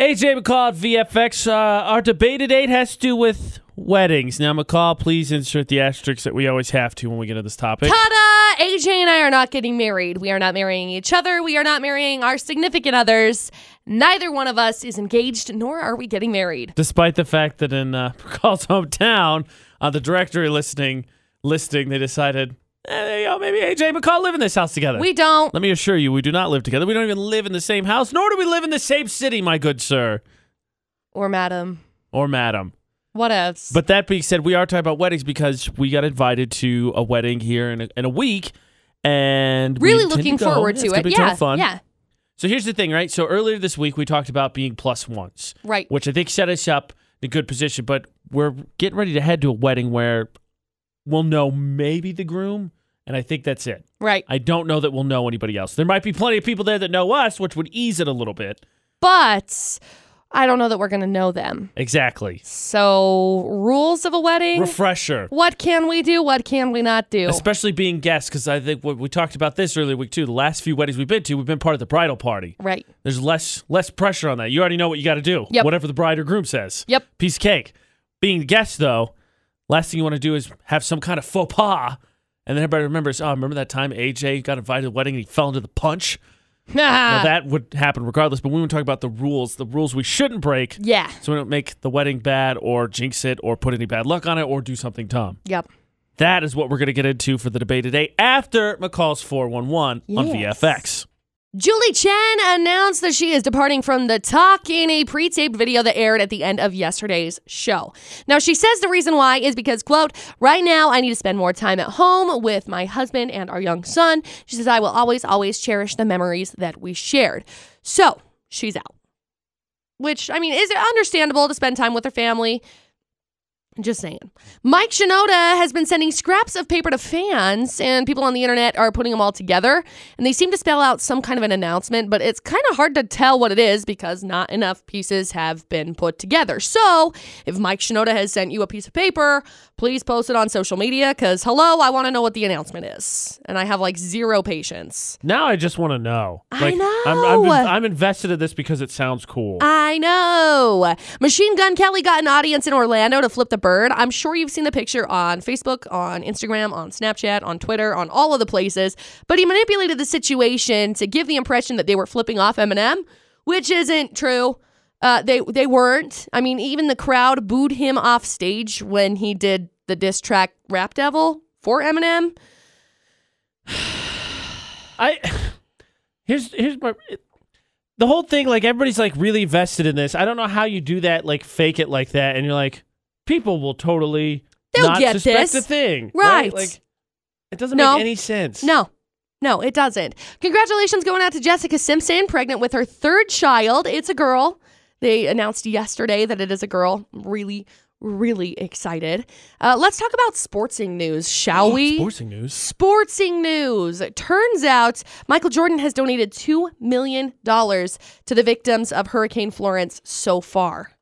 AJ McCall at VFX. Uh, our debate at eight has to do with weddings. Now, McCall, please insert the asterisks that we always have to when we get into this topic. Ta-da! AJ and I are not getting married. We are not marrying each other. We are not marrying our significant others. Neither one of us is engaged, nor are we getting married. Despite the fact that in uh, McCall's hometown, on the directory listening listing, they decided, eh, there you go, maybe AJ and McCall live in this house together. We don't. Let me assure you, we do not live together. We don't even live in the same house, nor do we live in the same city, my good sir Or madam. or madam. What else? But that being said, we are talking about weddings because we got invited to a wedding here in a, in a week, and we really intend looking go. forward Yeah, to it's gonna it. be Yeah. ton of fun. Yeah. So here's the thing, right? So earlier this week we talked about being plus ones, Right. which I think set us up in a good position. But we're getting ready to head to a wedding where we'll know maybe the groom, and I think that's it. Right. I don't know that we'll know anybody else. There might be plenty of people there that know us, which would ease it a little bit. But I don't know that we're gonna know them. Exactly. So rules of a wedding. Refresher. what can we do? What can we not do? Especially being guests, because I think what we talked about this earlier week too. The last few weddings we've been to, we've been part of the bridal party. right. There's less less pressure on that. You already know what you got to do. Yep. Whatever the bride or groom says. Yep. Piece of cake. Being the guest though, last thing you want to do is have some kind of faux pas, and then everybody remembers. Oh, remember that time AJ got invited to the wedding and he fell into the punch. Ah. Now that would happen regardless. But we want to talk about the rules, the rules we shouldn't break, yeah. so we don't make the wedding bad or jinx it or put any bad luck on it or do something dumb. Yep. That is what we're going to get into for the debate today after McCall's 411 on Yes. VFX. Julie Chen announced that she is departing from the talk in a pre-taped video that aired at the end of yesterday's show. Now she says the reason why is because quote, right now I need to spend more time at home with my husband and our young son. She says I will always always cherish the memories that we shared. So, she's out. Which I mean, is it understandable to spend time with her family? Just saying. Mike Shinoda has been sending scraps of paper to fans, and people on the internet are putting them all together. And they seem to spell out some kind of an announcement, but it's kind of hard to tell what it is because not enough pieces have been put together. So if Mike Shinoda has sent you a piece of paper, please post it on social media because, hello, I want to know what the announcement is. And I have like zero patience. Now I just want to know. I Like, I'm, know. I'm, I'm invested in this because it sounds cool. I know. Machine Gun Kelly got an audience in Orlando to flip the bird. I'm sure you've seen the picture on Facebook, on Instagram, on Snapchat, on Twitter, on all of the places. But he manipulated the situation to give the impression that they were flipping off Eminem, which isn't true. Uh, they they weren't. I mean, even the crowd booed him off stage when he did the diss track "Rap Devil" for Eminem. I here's here's my the whole thing. Like everybody's like really vested in this. I don't know how you do that. Like fake it like that, and you're like, people will totally They'll not get suspect this. the thing, Right. Like it doesn't No. make any sense. No. No, it doesn't. Congratulations going out to Jessica Simpson, pregnant with her third child. It's a girl. They announced yesterday that it is a girl. I'm Really, really excited. Uh, let's talk about sportsing news, Oh, shall we? Sporting news. Sportsing news. It turns out Michael Jordan has donated $2 million to the victims of Hurricane Florence so far.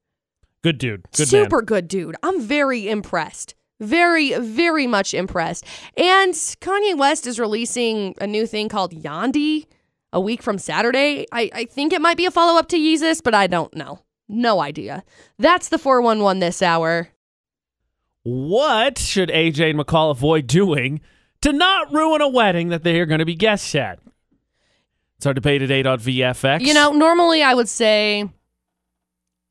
Good dude. Good Super man. good dude. I'm very impressed. Very, very much impressed. And Kanye West is releasing a new thing called Yandi a week from Saturday. I, I think it might be a follow up to Yeezus, but I don't know. No idea. That's the 411 this hour. What should AJ and McCall avoid doing to not ruin a wedding that they are going to be guests at? It's our debate at eight on VFX. You know, normally I would say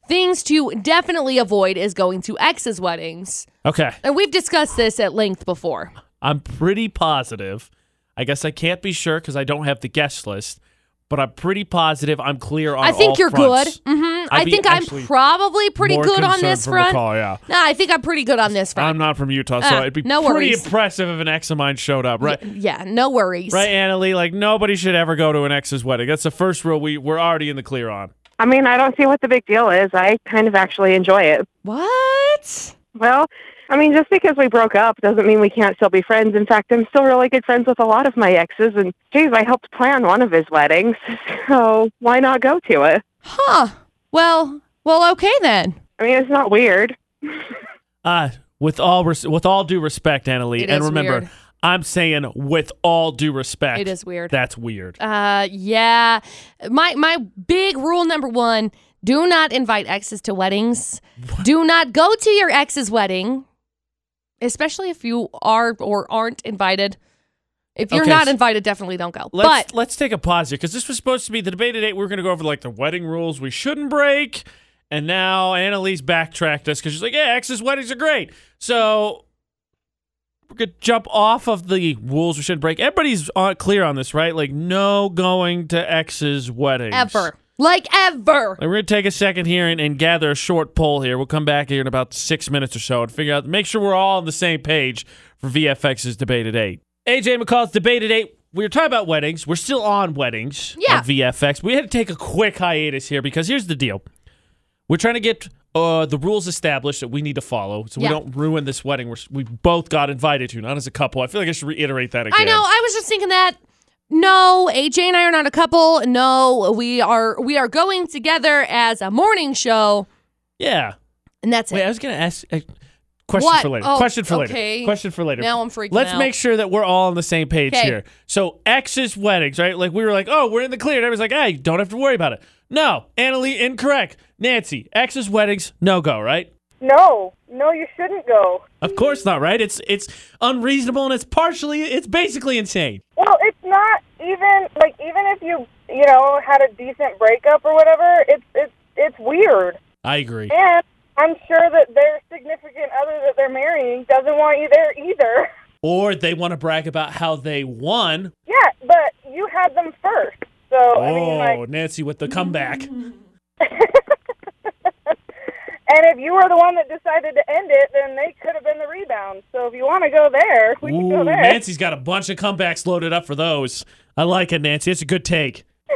things to definitely avoid is going to ex's weddings. Okay. And we've discussed this at length before. I'm pretty positive. I guess I can't be sure because I don't have the guest list, but I'm pretty positive I'm clear on. I all think you're fronts. good. hmm I'd I be think I'm actually probably pretty More good on concerned this for front. McCall, yeah. No, I think I'm pretty good on this front. I'm not from Utah, so Ah, it'd be no pretty worries. impressive if an ex of mine showed up, right? yeah, no worries. Right, Annalie? Like nobody should ever go to an ex's wedding. That's the first rule we we're already in the clear on. I mean, I don't see what the big deal is. I kind of actually enjoy it. What? Well, I mean, just because we broke up doesn't mean we can't still be friends. In fact, I'm still really good friends with a lot of my exes, and geez, I helped plan one of his weddings. So why not go to it? Huh. Well, well, okay then. I mean, it's not weird. Uh, with all res- with all due respect, Annalie, It and is remember, weird. I'm saying with all due respect, It is weird. That's weird. Uh, yeah. My my big rule number one: do not invite exes to weddings. Do not go to your ex's wedding, especially if you are or aren't invited. If you're Okay, not so- invited, definitely don't go. Let's but let's take a pause here because this was supposed to be the debate today. We were going to go over like the wedding rules we shouldn't break, and now Annalise backtracked us because she's like, "Yeah, exes' weddings are great." So we're gonna jump off of the rules we shouldn't break. Everybody's on, clear on this, right? Like, no going to exes' weddings ever, like ever. Like, we're gonna take a second here and, and gather a short poll here. We'll come back here in about six minutes or so and figure out, make sure we're all on the same page for VFX's debate at eight. AJ McCall's debate at eight. We were talking about weddings. We're still on weddings Yeah. on VFX. We had to take a quick hiatus here because here's the deal: we're trying to get uh, the rules established that we need to follow, so Yeah. we don't ruin this wedding. We're, we both got invited to, not as a couple. I feel like I should reiterate that again. I know. I was just thinking that. No, AJ and I are not a couple. No, we are we are going together as a morning show, Yeah. and that's Wait, I it. was gonna ask. A question What? for later. Oh, question for okay. later. Question for later. Now I'm freaking Let's out. make sure that we're all on the same page Okay. here. So ex's weddings, right? Like we were like, oh, we're in the clear. And everyone's like, hey, don't have to worry about it. No, Annalie, incorrect. Nancy, ex's weddings, no go, right? No, no, you shouldn't go. Of course not, right? It's it's unreasonable and it's partially it's basically insane. Well, it's not even like even if you you know had a decent breakup or whatever, it's it's it's weird. I agree. And I'm sure that their significant other that they're marrying doesn't want you there either. Or they want to brag about how they won. Yeah, but you had them first, so I mean, oh, like, Nancy with the comeback. and if you were the one that decided to end it, then they could have been the rebound. So if you want to go there, we can Ooh, go there. Nancy's got a bunch of comebacks loaded up for those. I like it, Nancy. It's a good take.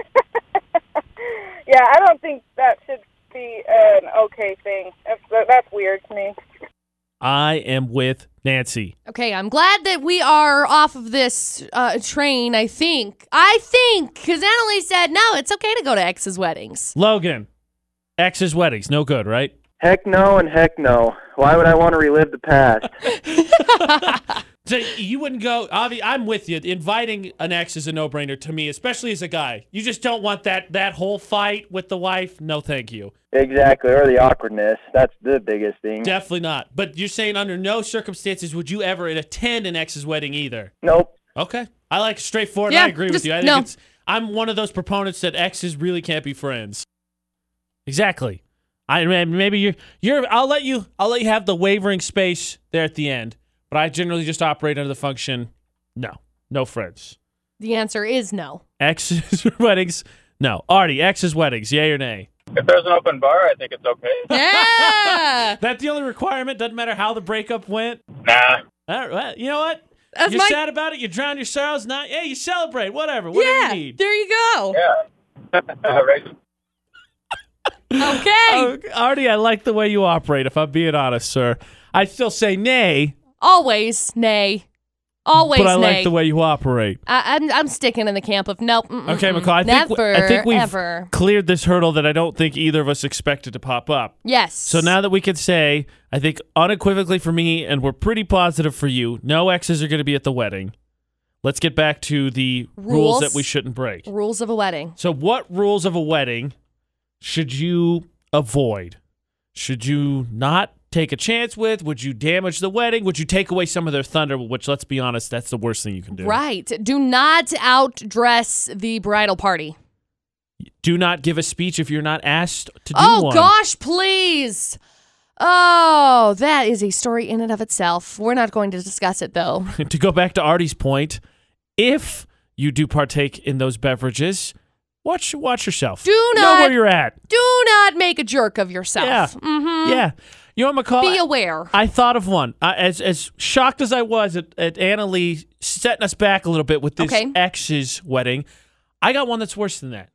Yeah, I don't think that should be an okay thing. That's that's weird to me. I am with Nancy. Okay, I'm glad that we are off of this uh, train, I think. I think, because Annalise said, no, it's okay to go to ex's weddings. Logan, ex's weddings, no good, right? Heck no and heck no. Why would I want to relive the past? So you wouldn't go. Avi, I'm with you. Inviting an ex is a no-brainer to me, especially as a guy. You just don't want that that whole fight with the wife. No, thank you. Exactly, or the awkwardness. That's the biggest thing. Definitely not. But you're saying under no circumstances would you ever attend an ex's wedding either. Nope. Okay. I like straightforward. Yeah, I agree with just- you. I think no. it's, I'm one of those proponents that exes really can't be friends. Exactly. I man, maybe you're you're. I'll let you. I'll let you have the wavering space there at the end. But I generally just operate under the function. No, no friends. The answer is no. Exes weddings. No, Artie. Exes weddings. Yay or nay? If there's an open bar, I think it's okay. Yeah! That's the only requirement. Doesn't matter how the breakup went. Nah. All right, well, you know what? That's you're my- sad about it. You drown your sorrows. Not. Yeah, you celebrate. Whatever. Whatever you yeah, need. there you go. Yeah. right. Okay. Oh, Artie, I like the way you operate, if I'm being honest, sir. I still say nay, Always nay. Always but I nay. like the way you operate. I, am I'm sticking in the camp of nope. mm, Okay, mm, McCall, I think, never, we, I think we've ever. cleared this hurdle that I don't think either of us expected to pop up. Yes. So now that we can say, I think unequivocally for me, and we're pretty positive for you, no exes are going to be at the wedding. Let's get back to the rules Rules. that we shouldn't break. rules of a wedding. So, what rules of a wedding should you avoid? Should you not take a chance with? Would you damage the wedding? Would you take away some of their thunder? Which, let's be honest, that's the worst thing you can do. Right. Do not outdress the bridal party. Do not give a speech if you're not asked to do one. Oh gosh, please. Oh, that is a story in and of itself. We're not going to discuss it though. to go back to Artie's point, if you do partake in those beverages, watch watch yourself. Do know not- where you're at. Do not make a jerk of yourself. Yeah. Mhm. Yeah. You know what, McCall? Be aware. I thought of one. I, as as shocked as I was at, at Anna Lee setting us back a little bit with this Okay. ex's wedding, I got one that's worse than that.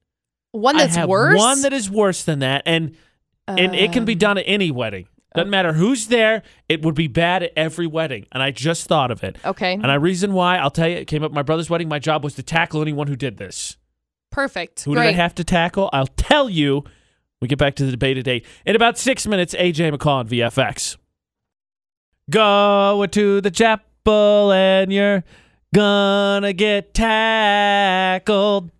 One I that's have worse. Um, One that is worse than that, and and it can be done at any wedding. Doesn't matter who's there. It would be bad at every wedding, and I just thought of it. Okay. And I reason why I'll tell you, it came up at my brother's wedding. My job was to tackle anyone who did this. Perfect. Who Great. did I have to tackle? I'll tell you. We get back to the debate today in about six minutes. AJ McCall on VFX. Go to the chapel and you're gonna get tackled.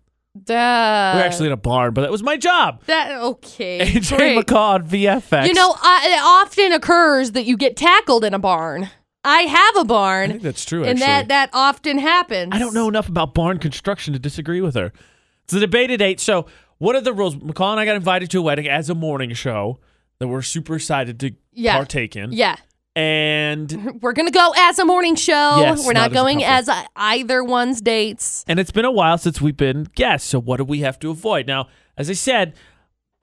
Duh. Uh, We're actually in a barn, but that was my job. that okay. AJ great. McCall on VFX. You know, I, it often occurs that you get tackled in a barn. I have a I barn, think that's true. and actually. that that often happens. I don't know enough about barn construction to disagree with her. It's a debate at eight. So, what are the rules? McCall and I got invited to a wedding as a morning show that we're super excited to Yeah. partake in. Yeah, And we're gonna go as a morning show. Yes, we're not as not, a going couple. as a, either one's dates. and it's been a while since we've been guests. So, what do we have to avoid? Now, as I said,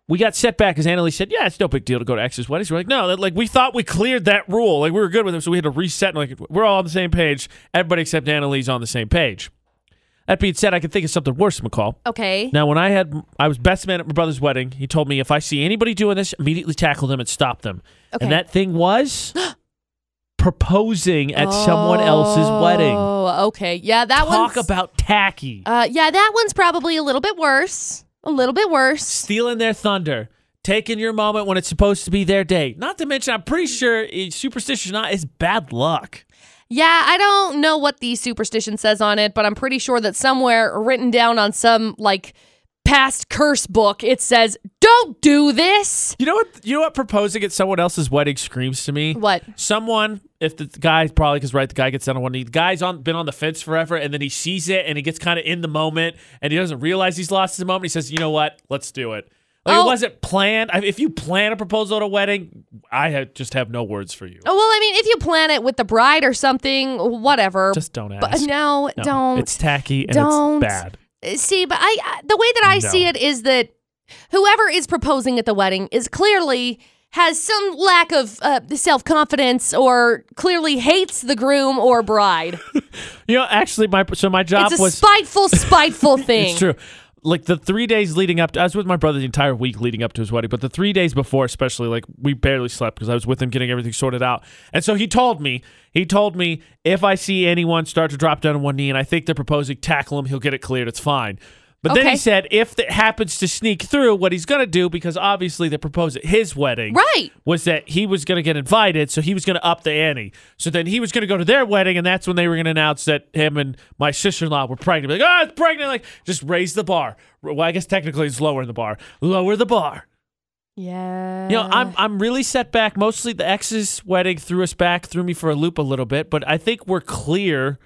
we got set back because Annalise said, "Yeah, it's no big deal to go to exes weddings." We're like, "No, that, like we thought we cleared that rule. Like we were good with them, so we had to reset. And, like we're all on the same page. Everybody except Annalise on the same page." That being said, I can think of something worse, McCall. Okay. Now, when I had, I was best man at my brother's wedding. He told me if I see anybody doing this, immediately tackle them and stop them. Okay. And that thing was proposing at someone else's wedding. Oh, okay. Yeah, that Talk one's- about tacky, Uh, yeah, that one's probably a little bit worse. A little bit worse. stealing their thunder, taking your moment when it's supposed to be their day. Not to mention, I'm pretty sure eh, superstition or not is bad luck. Yeah, I don't know what the superstition says on it, but I'm pretty sure that somewhere written down on some like past curse book, it says, "Don't do this." You know what? You know what? Proposing at someone else's wedding screams to me. What? Someone, if the guy probably because right, the guy gets down on one knee. The guy's on been on the fence forever, and then he sees it, and he gets kind of in the moment, and he doesn't realize he's lost the moment. He says, "You know what? Let's do it." Like Oh. it wasn't planned. I, if you plan a proposal at a wedding, I ha- just have no words for you. Oh, well, I mean, if you plan it with the bride or something, whatever. Just don't ask. but no, No, don't. It's tacky and Don't. it's bad. See, but I I- the way that I No. see it is that whoever is proposing at the wedding is clearly has some lack of uh, self confidence or clearly hates the groom or bride. You know, actually, my so my job it's a was spiteful, spiteful thing. It's true. like the three days leading up to, I was with my brother the entire week leading up to his wedding, but the three days before, especially, like we barely slept because I was with him getting everything sorted out. And so he told me, he told me if I see anyone start to drop down on one knee and I think they're proposing, tackle him, he'll get it cleared, it's fine. But then Okay. he said if it happens to sneak through, what he's going to do, because obviously they proposed at his wedding Right. was that he was going to get invited, so he was going to up the ante. So then he was going to go to their wedding, and that's when they were going to announce that him and my sister in law were pregnant. Be Like, ah, it's pregnant! Like, just raise the bar. Well, I guess technically it's lower in the bar. Lower the bar. Yeah. You know, I'm I'm really set back. Mostly the ex's wedding threw us back, threw me for a loop a little bit, but I think we're clear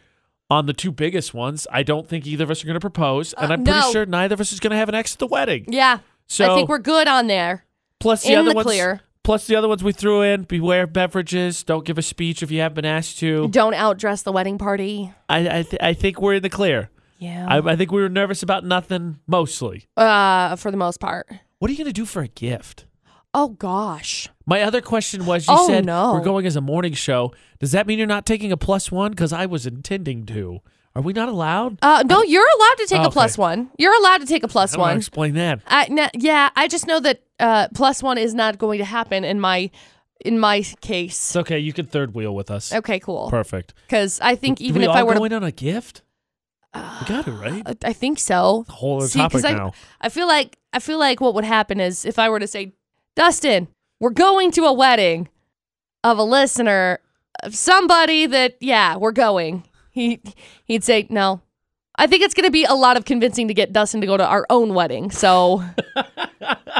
on the two biggest ones. I don't think either of us are going to propose, and Uh, I'm pretty no. sure neither of us is going to have an ex at the wedding. Yeah. So I think we're good on there. Plus the In other the ones. clear. Plus the other ones we threw in. Beware of beverages. Don't give a speech if you haven't been asked to. Don't outdress the wedding party. I I, th- I think we're in the clear. I, Yeah. I think we were nervous about nothing mostly. uh, for the most part. What are you gonna do for a gift? Oh gosh. My other question was: You Oh, said no. we're going as a morning show. Does that mean you're not taking a plus one? Because I was intending to. Are we not allowed? Uh, no, you're allowed to take Oh, a plus okay. one. You're allowed to take a plus I don't know how to one. explain that. I, na- yeah, I just know that uh, plus one is not going to happen in my in my case. It's okay. You can third wheel with us. Okay, cool. Perfect. Because I think Do even we if all I were to, going on a gift, we got it right. I- I think so. Whole other See, topic 'cause I- now. I feel like I feel like what would happen is if I were to say, Dustin, we're going to a wedding of a listener, of somebody that yeah, we're going. He he'd say no. I think it's going to be a lot of convincing to get Dustin to go to our own wedding. So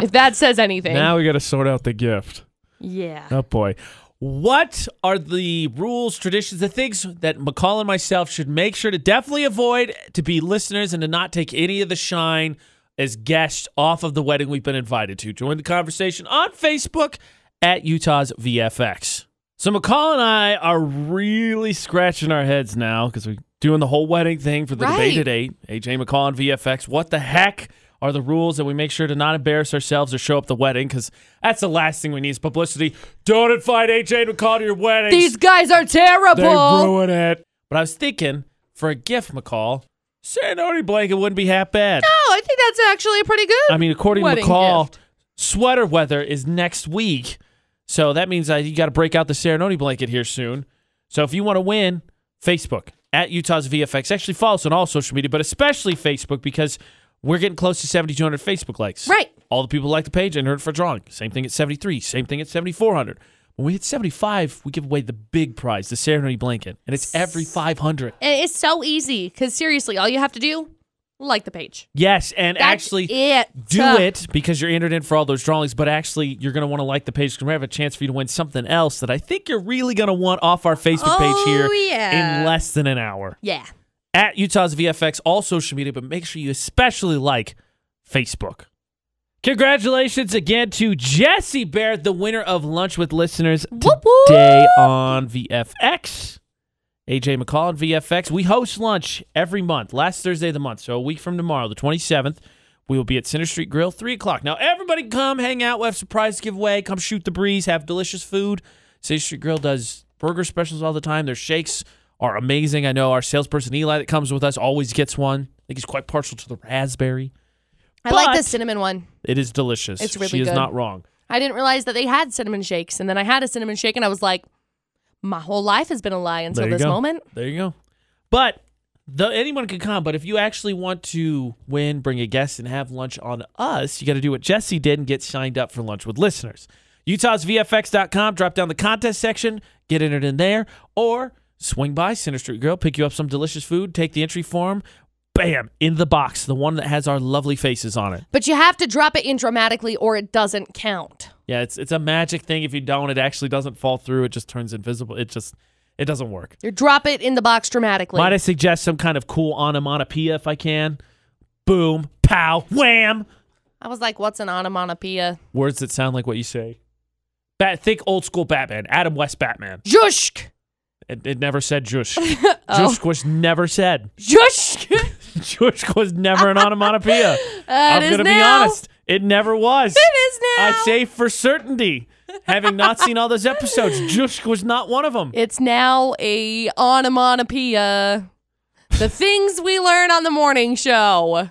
if that says anything, Now we got to sort out the gift. yeah. Oh boy. What are the rules, traditions, the things that McCall and myself should make sure to definitely avoid to be listeners and to not take any of the shine as guests off of the wedding we've been invited to? Join the conversation on Facebook at Utah's VFX. So McCall and I are really scratching our heads now because we're doing the whole wedding thing for the debate Right. at eight. AJ McCall and VFX. What the heck are the rules that we make sure to not embarrass ourselves or show up the wedding? Because that's the last thing we need is publicity. Don't invite AJ McCall to your wedding. These guys are they terrible. ruin it. But I was thinking for a gift, McCall, Serenity blanket wouldn't be half bad. No, Oh, I think that's actually pretty good. I mean, according to Wedding McCall, gift. sweater weather is next week. So that means I, you got to break out the Serenoni blanket here soon. So if you want to win, Facebook at Utah's VFX. Actually, follow us on all social media, but especially Facebook because we're getting close to 7,200 Facebook likes. Right. All the people who like the page and heard it for drawing. Same thing at 73. Same thing at 7,400. When we hit 75, we give away the big prize, the Serenoni blanket, and it's every 500. And it's so easy because seriously, all you have to do like the page. Yes, and That's actually, it. do it because you're entered in for all those drawings, but actually you're going to want to like the page because we have a chance for you to win something else that I think you're really going to want off our Facebook Oh, page here yeah. in less than an hour. Yeah. At Utah's VFX, all social media, but make sure you especially like Facebook. Congratulations again to Jesse Barrett, the winner of Lunch with Listeners Whoop, whoop. today on VFX. AJ McCall on VFX. We host lunch every month, last Thursday of the month. So a week from tomorrow, the 27th, we will be at Center Street Grill, 3 o'clock. Now, everybody come hang out. We'll have surprise giveaway. Come shoot the breeze, have delicious food. Center Street Grill does burger specials all the time. Their shakes are amazing. I know our salesperson Eli that comes with us always gets one. I think he's quite partial to the raspberry. I like the But- cinnamon one. It is delicious. It's really she is good. not wrong. I didn't realize that they had cinnamon shakes. And then I had a cinnamon shake and I was like, my whole life has been a lie until There you this go. moment. There you go. But though anyone can come, but if you actually want to win, bring a guest, and have lunch on us, you got to do what Jesse did and get signed up for lunch with listeners. UtahsVFX.com. Drop down the contest section, get entered in there, or swing by Center Street Grill, pick you up some delicious food, take the entry form, bam, in the box, the one that has our lovely faces on it. But you have to drop it in dramatically or it doesn't count. Yeah, it's it's a magic thing. If you don't, it actually doesn't fall through. It just turns invisible. It just it doesn't work. You drop it in the box dramatically. Might I suggest some kind of cool onomatopoeia if I can? Boom, pow, wham. I was like, what's an onomatopoeia? Words that sound like what you say. Bat, think old school Batman, Adam West Batman. Zhushk! It, it never said Jush. Oh. Jush was never said. Zhushk! Jush was never an onomatopoeia. I'm is gonna be now. honest. It never was. it is now. I say for certainty, having not seen all those episodes, Jush was not one of them. It's now a onomatopoeia. The things we learn on the morning show.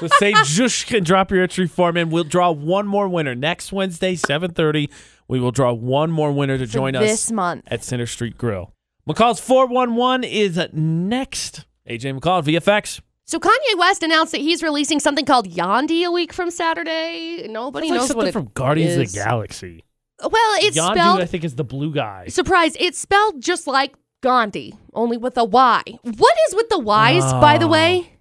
So say Jush can drop your entry form and we'll draw one more winner. Next Wednesday, 7.30, we will draw one more winner to for join this us month. at Center Street Grill. McCall's 411 is next. AJ McCall, VFX. So Kanye West announced that he's releasing something called Yandi a week from Saturday. Nobody It's like knows something what it from Guardians of is. the Galaxy. Well, it's Yondu, spelled I think, is the blue guy. surprise. It's spelled just like Gandhi, only with a Y. What is with the Y's, by the Oh. way?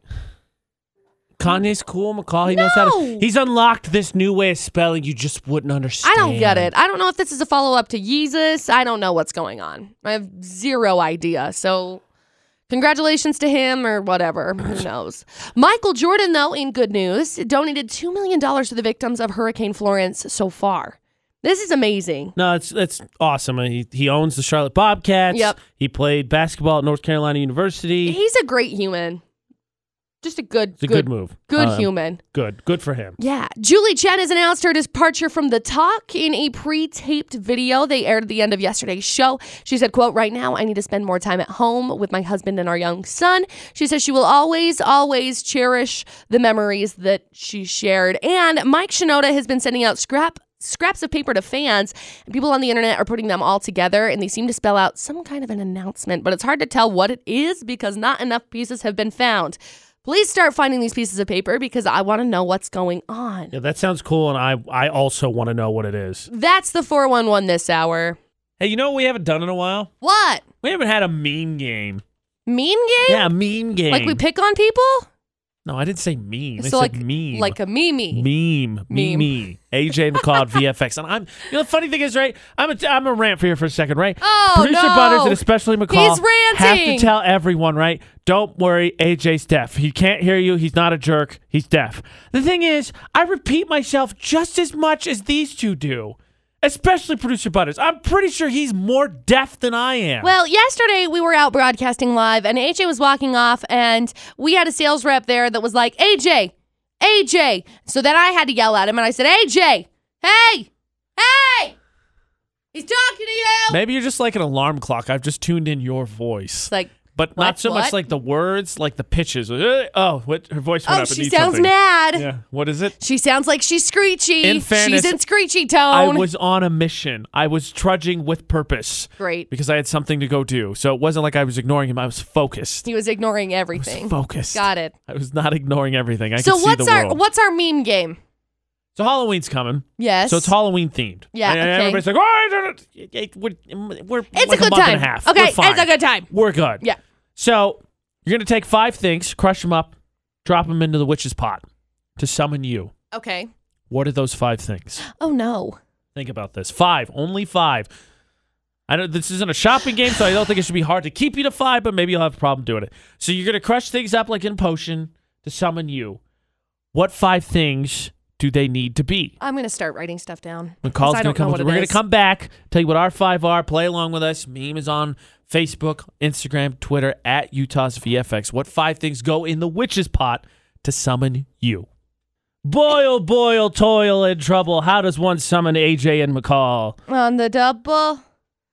Kanye's cool. McCall, he knows how to. No. He's unlocked this new way of spelling you just wouldn't understand. I don't get it. I don't know if this is a follow up to Jesus. I don't know what's going on. I have zero idea. So, congratulations to him or whatever. Who knows? Michael Jordan, though, in good news, donated $2 million to the victims of Hurricane Florence so far. This is amazing. No, it's it's awesome. He he owns the Charlotte Bobcats. Yep. He played basketball at North Carolina University. He's a great human. Just a good, it's a good, good, move. good Um, human. Good. Good for him. Yeah. Julie Chen has announced her departure from The Talk in a pre-taped video they aired at the end of yesterday's show. She said, quote, right now I need to spend more time at home with my husband and our young son. She says she will always, always cherish the memories that she shared. And Mike Shinoda has been sending out scrap scraps of paper to fans and people on the internet are putting them all together and they seem to spell out some kind of an announcement but it's hard to tell what it is because not enough pieces have been found please start finding these pieces of paper because i want to know what's going on Yeah, that sounds cool, and I I also want to know what it is. that's the 411 this hour Hey, you know what we haven't done in a while? what We haven't had a mean game. mean game Yeah, a mean game. like we pick on people no, I didn't say mean. I so said like mean. like a meme Meme, meme, Meme. meme. AJ McCall at VFX, and I'm. You know, the funny thing is, right? I'm a I'm a rant for here for a second, right? Oh, Producer no. Butters and especially McCall have He's to ranting. tell everyone, right? Don't worry, AJ's deaf. He can't hear you. He's not a jerk. He's deaf. The thing is, I repeat myself just as much as these two do, especially producer Butters. I'm pretty sure he's more deaf than I am. Well, yesterday we were out broadcasting live, and AJ was walking off, and we had a sales rep there that was like, AJ, AJ. So then I had to yell at him, and I said, AJ, hey, hey, he's talking to you. Maybe you're just like an alarm clock. I've just tuned in your voice. It's like, but not what, so much what? like the words, like the pitches. Uh, Oh, what her voice went oh, up. It she needs sounds something. mad. Yeah. What is it? She sounds like she's screechy. In fairness, she's in screechy I tone. was on a mission. I was trudging with purpose Great. because I had something to go do. So it wasn't like I was ignoring him. I was focused. He was ignoring I was everything. focused. Got it. I was not ignoring everything. I so could what's see the our world. what's our meme game? so Halloween's coming. Yes. So it's Halloween themed. Yeah, And okay. everybody's like, oh, I don't know." It- it- we're, we're It's like a good month time. and a half. Okay, We're fine. it's a good time. We're good. Yeah. So you're gonna take five things, crush them up, drop them into the witch's pot to summon you. Okay. What are those five things? Oh no. Think about this. Five, only five. I don't. This isn't a shopping game, so I don't think it should be hard to keep you to five. But maybe you'll have a problem doing it. So you're gonna crush things up like in potion to summon you. What five things do they need to be? I'm gonna start writing stuff down. 'cause McCall's gonna I don't know come. what With, it we're gonna is. come back. Tell you what our five are. Play along with us. Meme is on Facebook, Instagram, Twitter at Utah's VFX. What five things go in the witch's pot to summon you? oh Boil, boil, toil, and oh trouble. How does one summon AJ and McCall? On the double.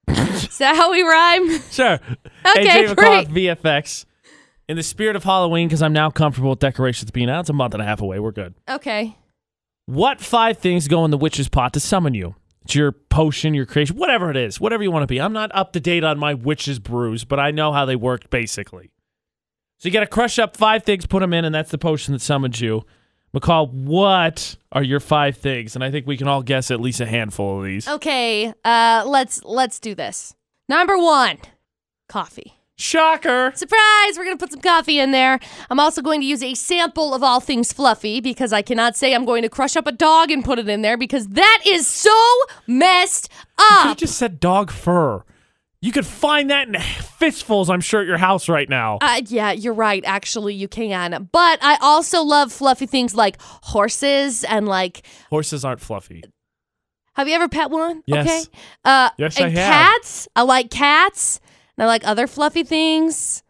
Is that how we rhyme? Sure. Okay, AJ great. McCall at VFX. In the spirit of Halloween, because I'm now comfortable with decorations being out. It's a month and a half away. We're good. Okay. What five things go in the witch's pot to summon you? It's your potion, your creation, whatever it is, whatever you want to be. I'm not up to date on my witch's brews, but I know how they work basically. So you got to crush up five things, put them in, and that's the potion that summons you. McCall, what are your five things? And I think we can all guess at least a handful of Oh. these. Okay. Uh let's let's do this. Number 1. Coffee. Shocker! Surprise! We're going to put some coffee in there. I'm also going to use a sample of all things fluffy because I cannot say I'm going to crush up a dog and put it in there because that is so messed Could have up. just said dog fur. You could find that in fistfuls, I'm sure, at your house right now. Uh, yeah, you're right. Actually, you can. But I also love fluffy things like horses and like. Horses aren't fluffy. Have you ever pet one? Yes. Okay. Uh, Yes, and I have. Cats. I like cats. And I like other fluffy things.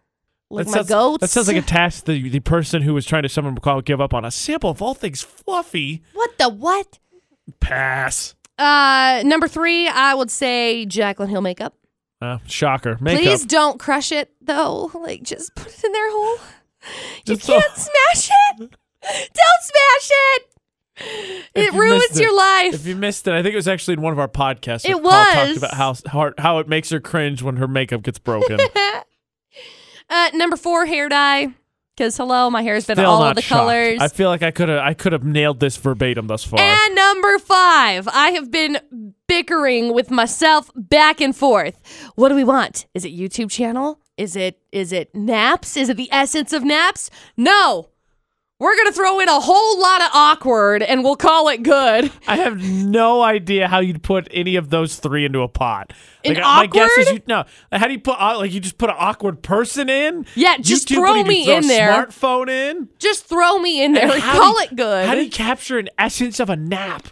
Like that my sounds, goats. That sounds like a task the the person who was trying to summon McCall would give up on. A sample of all things fluffy. what the what? Pass. Uh, number three, I would say Jaclyn Hill makeup. Uh, shocker. Makeup. Please don't crush it though. Like just put it in their hole. You Just so- can't smash it. Don't smash it. It you missed ruins it- your life. If you missed it, I think it was actually in one of our podcasts. It where Paul talked was. about how how, how it makes her cringe when her makeup gets broken. Uh, number four, hair dye. Because hello, my hair's been Still all not of the shocked. colors. I feel like I could have I could have nailed this verbatim thus far. And number five, I have been bickering with myself back and forth. What do we want? Is it YouTube channel? Is it is it naps? Is it the essence of naps? No. We're gonna throw in a whole lot of awkward and we'll call it good. I have no idea how you'd put any of those three into a pot. An I- my guess is awkward? you no. How do you put au- like you just put an awkward person in? Yeah, just YouTube, throw what do you me throw in a there. Smartphone in. Just throw me in there. And and how do Call you- it good. How do you capture an essence of a nap?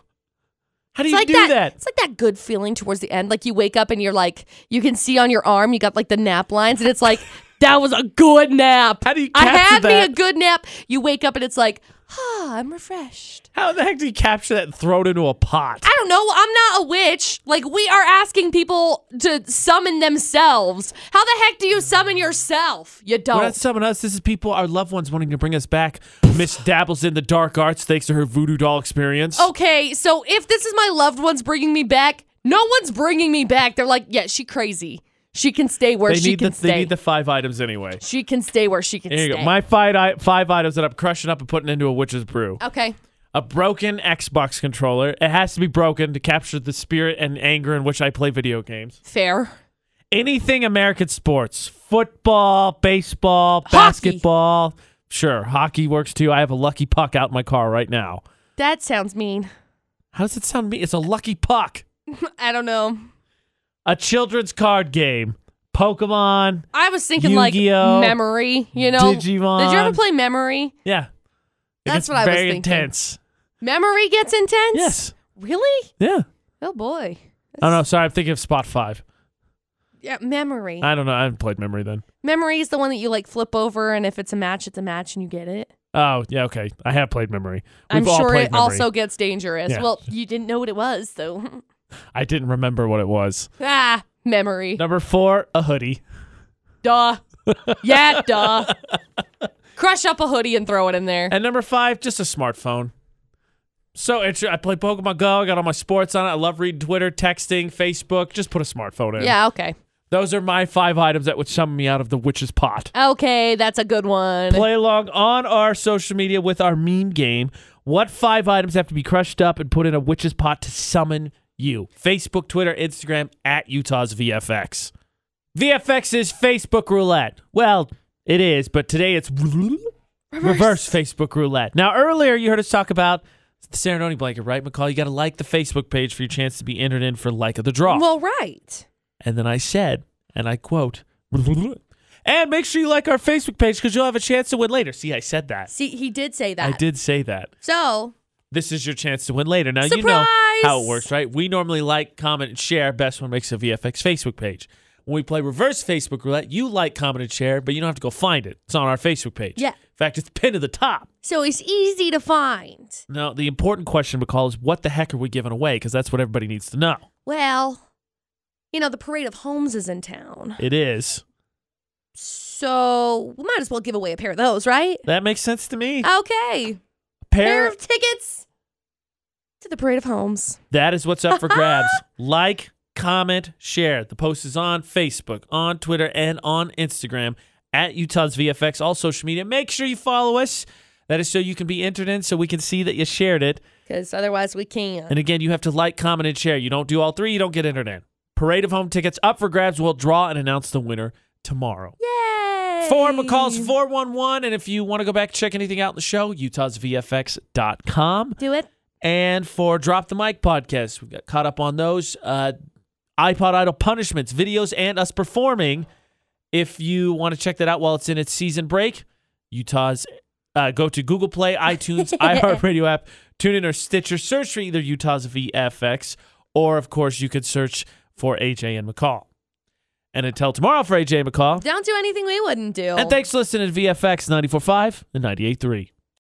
How do it's you like do that, that? It's like that good feeling towards the end. Like you wake up and you're like, you can see on your arm, you got like the nap lines, and it's like, that was a good nap. How do you I capture had me a that? good nap. You wake up and it's like, ah, I'm refreshed. How the heck do you capture that and throw it into a pot? I don't know. I'm not a witch. Like we are asking people to summon themselves. How the heck do you summon yourself? You We're don't. not someone else. This is people, our loved ones, wanting to bring us back. Miss dabbles in the dark arts thanks to her voodoo doll experience. okay, so if this is my loved ones bringing me back, no one's bringing me back. They're like, yeah, she crazy. She can stay where they she need can the stay. they need the five items anyway. She can stay where she can Here you stay. go. My five I- five items that I'm crushing up and putting into a witch's brew. okay. A broken Xbox controller. It has to be broken to capture the spirit and anger in which I play video games. Fair. Anything American sports, football, baseball, basketball. Sure, hockey works too. I have a lucky puck out in my car right now. That sounds mean. How does it sound to me? It's a lucky puck. I don't know. a children's card game, Pokemon. I was thinking Yu-Gi-Oh! like memory, you know. Did you Digimon. ever play memory? Yeah, It That's gets what I was very thinking. Intense. Memory gets intense? Yes. Really? Yeah. Oh boy. I don't know. Sorry, I'm thinking of Spot Five. Yeah, memory. I don't know. I haven't played Memory then. memory is the one that you like flip over and if it's a match, it's a match and you get it. Oh yeah, okay. I have played Memory. We've I'm all sure played it Memory. also gets dangerous. Yeah. Well, you didn't know what it was, though. I didn't remember what it was. ah, memory. Number four, a hoodie. Duh. Yeah, duh. Crush up a hoodie and throw it in there. And number five, just a smartphone. So it's, I play Pokemon Go. I got all my sports on it. I love reading Twitter, texting, Facebook. Just put a smartphone in. Yeah, okay. Those are my five items that would summon me out of the witch's pot. Okay, that's a good one. play along on our social media with our meme game. What five items have to be crushed up and put in a witch's pot to summon you? Facebook, Twitter, Instagram at Utah's VFX. VFX is Facebook roulette. Well, it is, but today it's reverse, Facebook roulette. Now, earlier you heard us talk about the Serenoni blanket, right, McCall? You got to like the Facebook page for your chance to be entered in for like of the draw. Well, right. And then I said, and I quote, and make sure you like our Facebook page because you'll have a chance to win later. See, I said that. See, he did say I that. did say that. So, This is your chance to win later. Now you know Surprise! how it works, right? We normally like, comment, and share. Best one makes a VFX Facebook page. When we play reverse Facebook roulette, you like, comment, and share, but you don't have to go find it. It's on our Facebook page. Yeah. In fact, it's pinned to the top. so it's easy to find. Now, the important question, McCall, is what the heck are we giving away? Because that's what everybody needs to know. Well, you know, the parade of homes is in town. It is. So, we might as well give away a pair of those, right? That makes sense to me. Okay. Uh, Pair Pair of tickets to the parade of homes. That is what's up for grabs. like, comment, share. The post is on Facebook, on Twitter, and on Instagram at Utah's VFX, all social media. Make sure you follow us. That is so you can be entered in so we can see that you shared it. Because otherwise, we can't. And again, you have to like, comment, and share. You don't do all three, you don't get entered in. Parade of Home tickets up for grabs. We'll draw and announce the winner tomorrow. Yay! For McCall's 411. And if you want to go back and check anything out in the show, utahsvfx.com Do it. and for Drop the Mic podcast. We got caught up on those uh, iPod Idol punishments, videos, and us performing. If you want to check that out while it's in its season break, Utah's uh, go to Google Play, iTunes, iHeartRadio app, TuneIn, or Stitcher. Search for either Utah's VFX or, of course, you could search for AJ and McCall. And until tomorrow for AJ and McCall. Don't do anything we wouldn't do. And thanks for listening to VFX 94.5 and 98.3.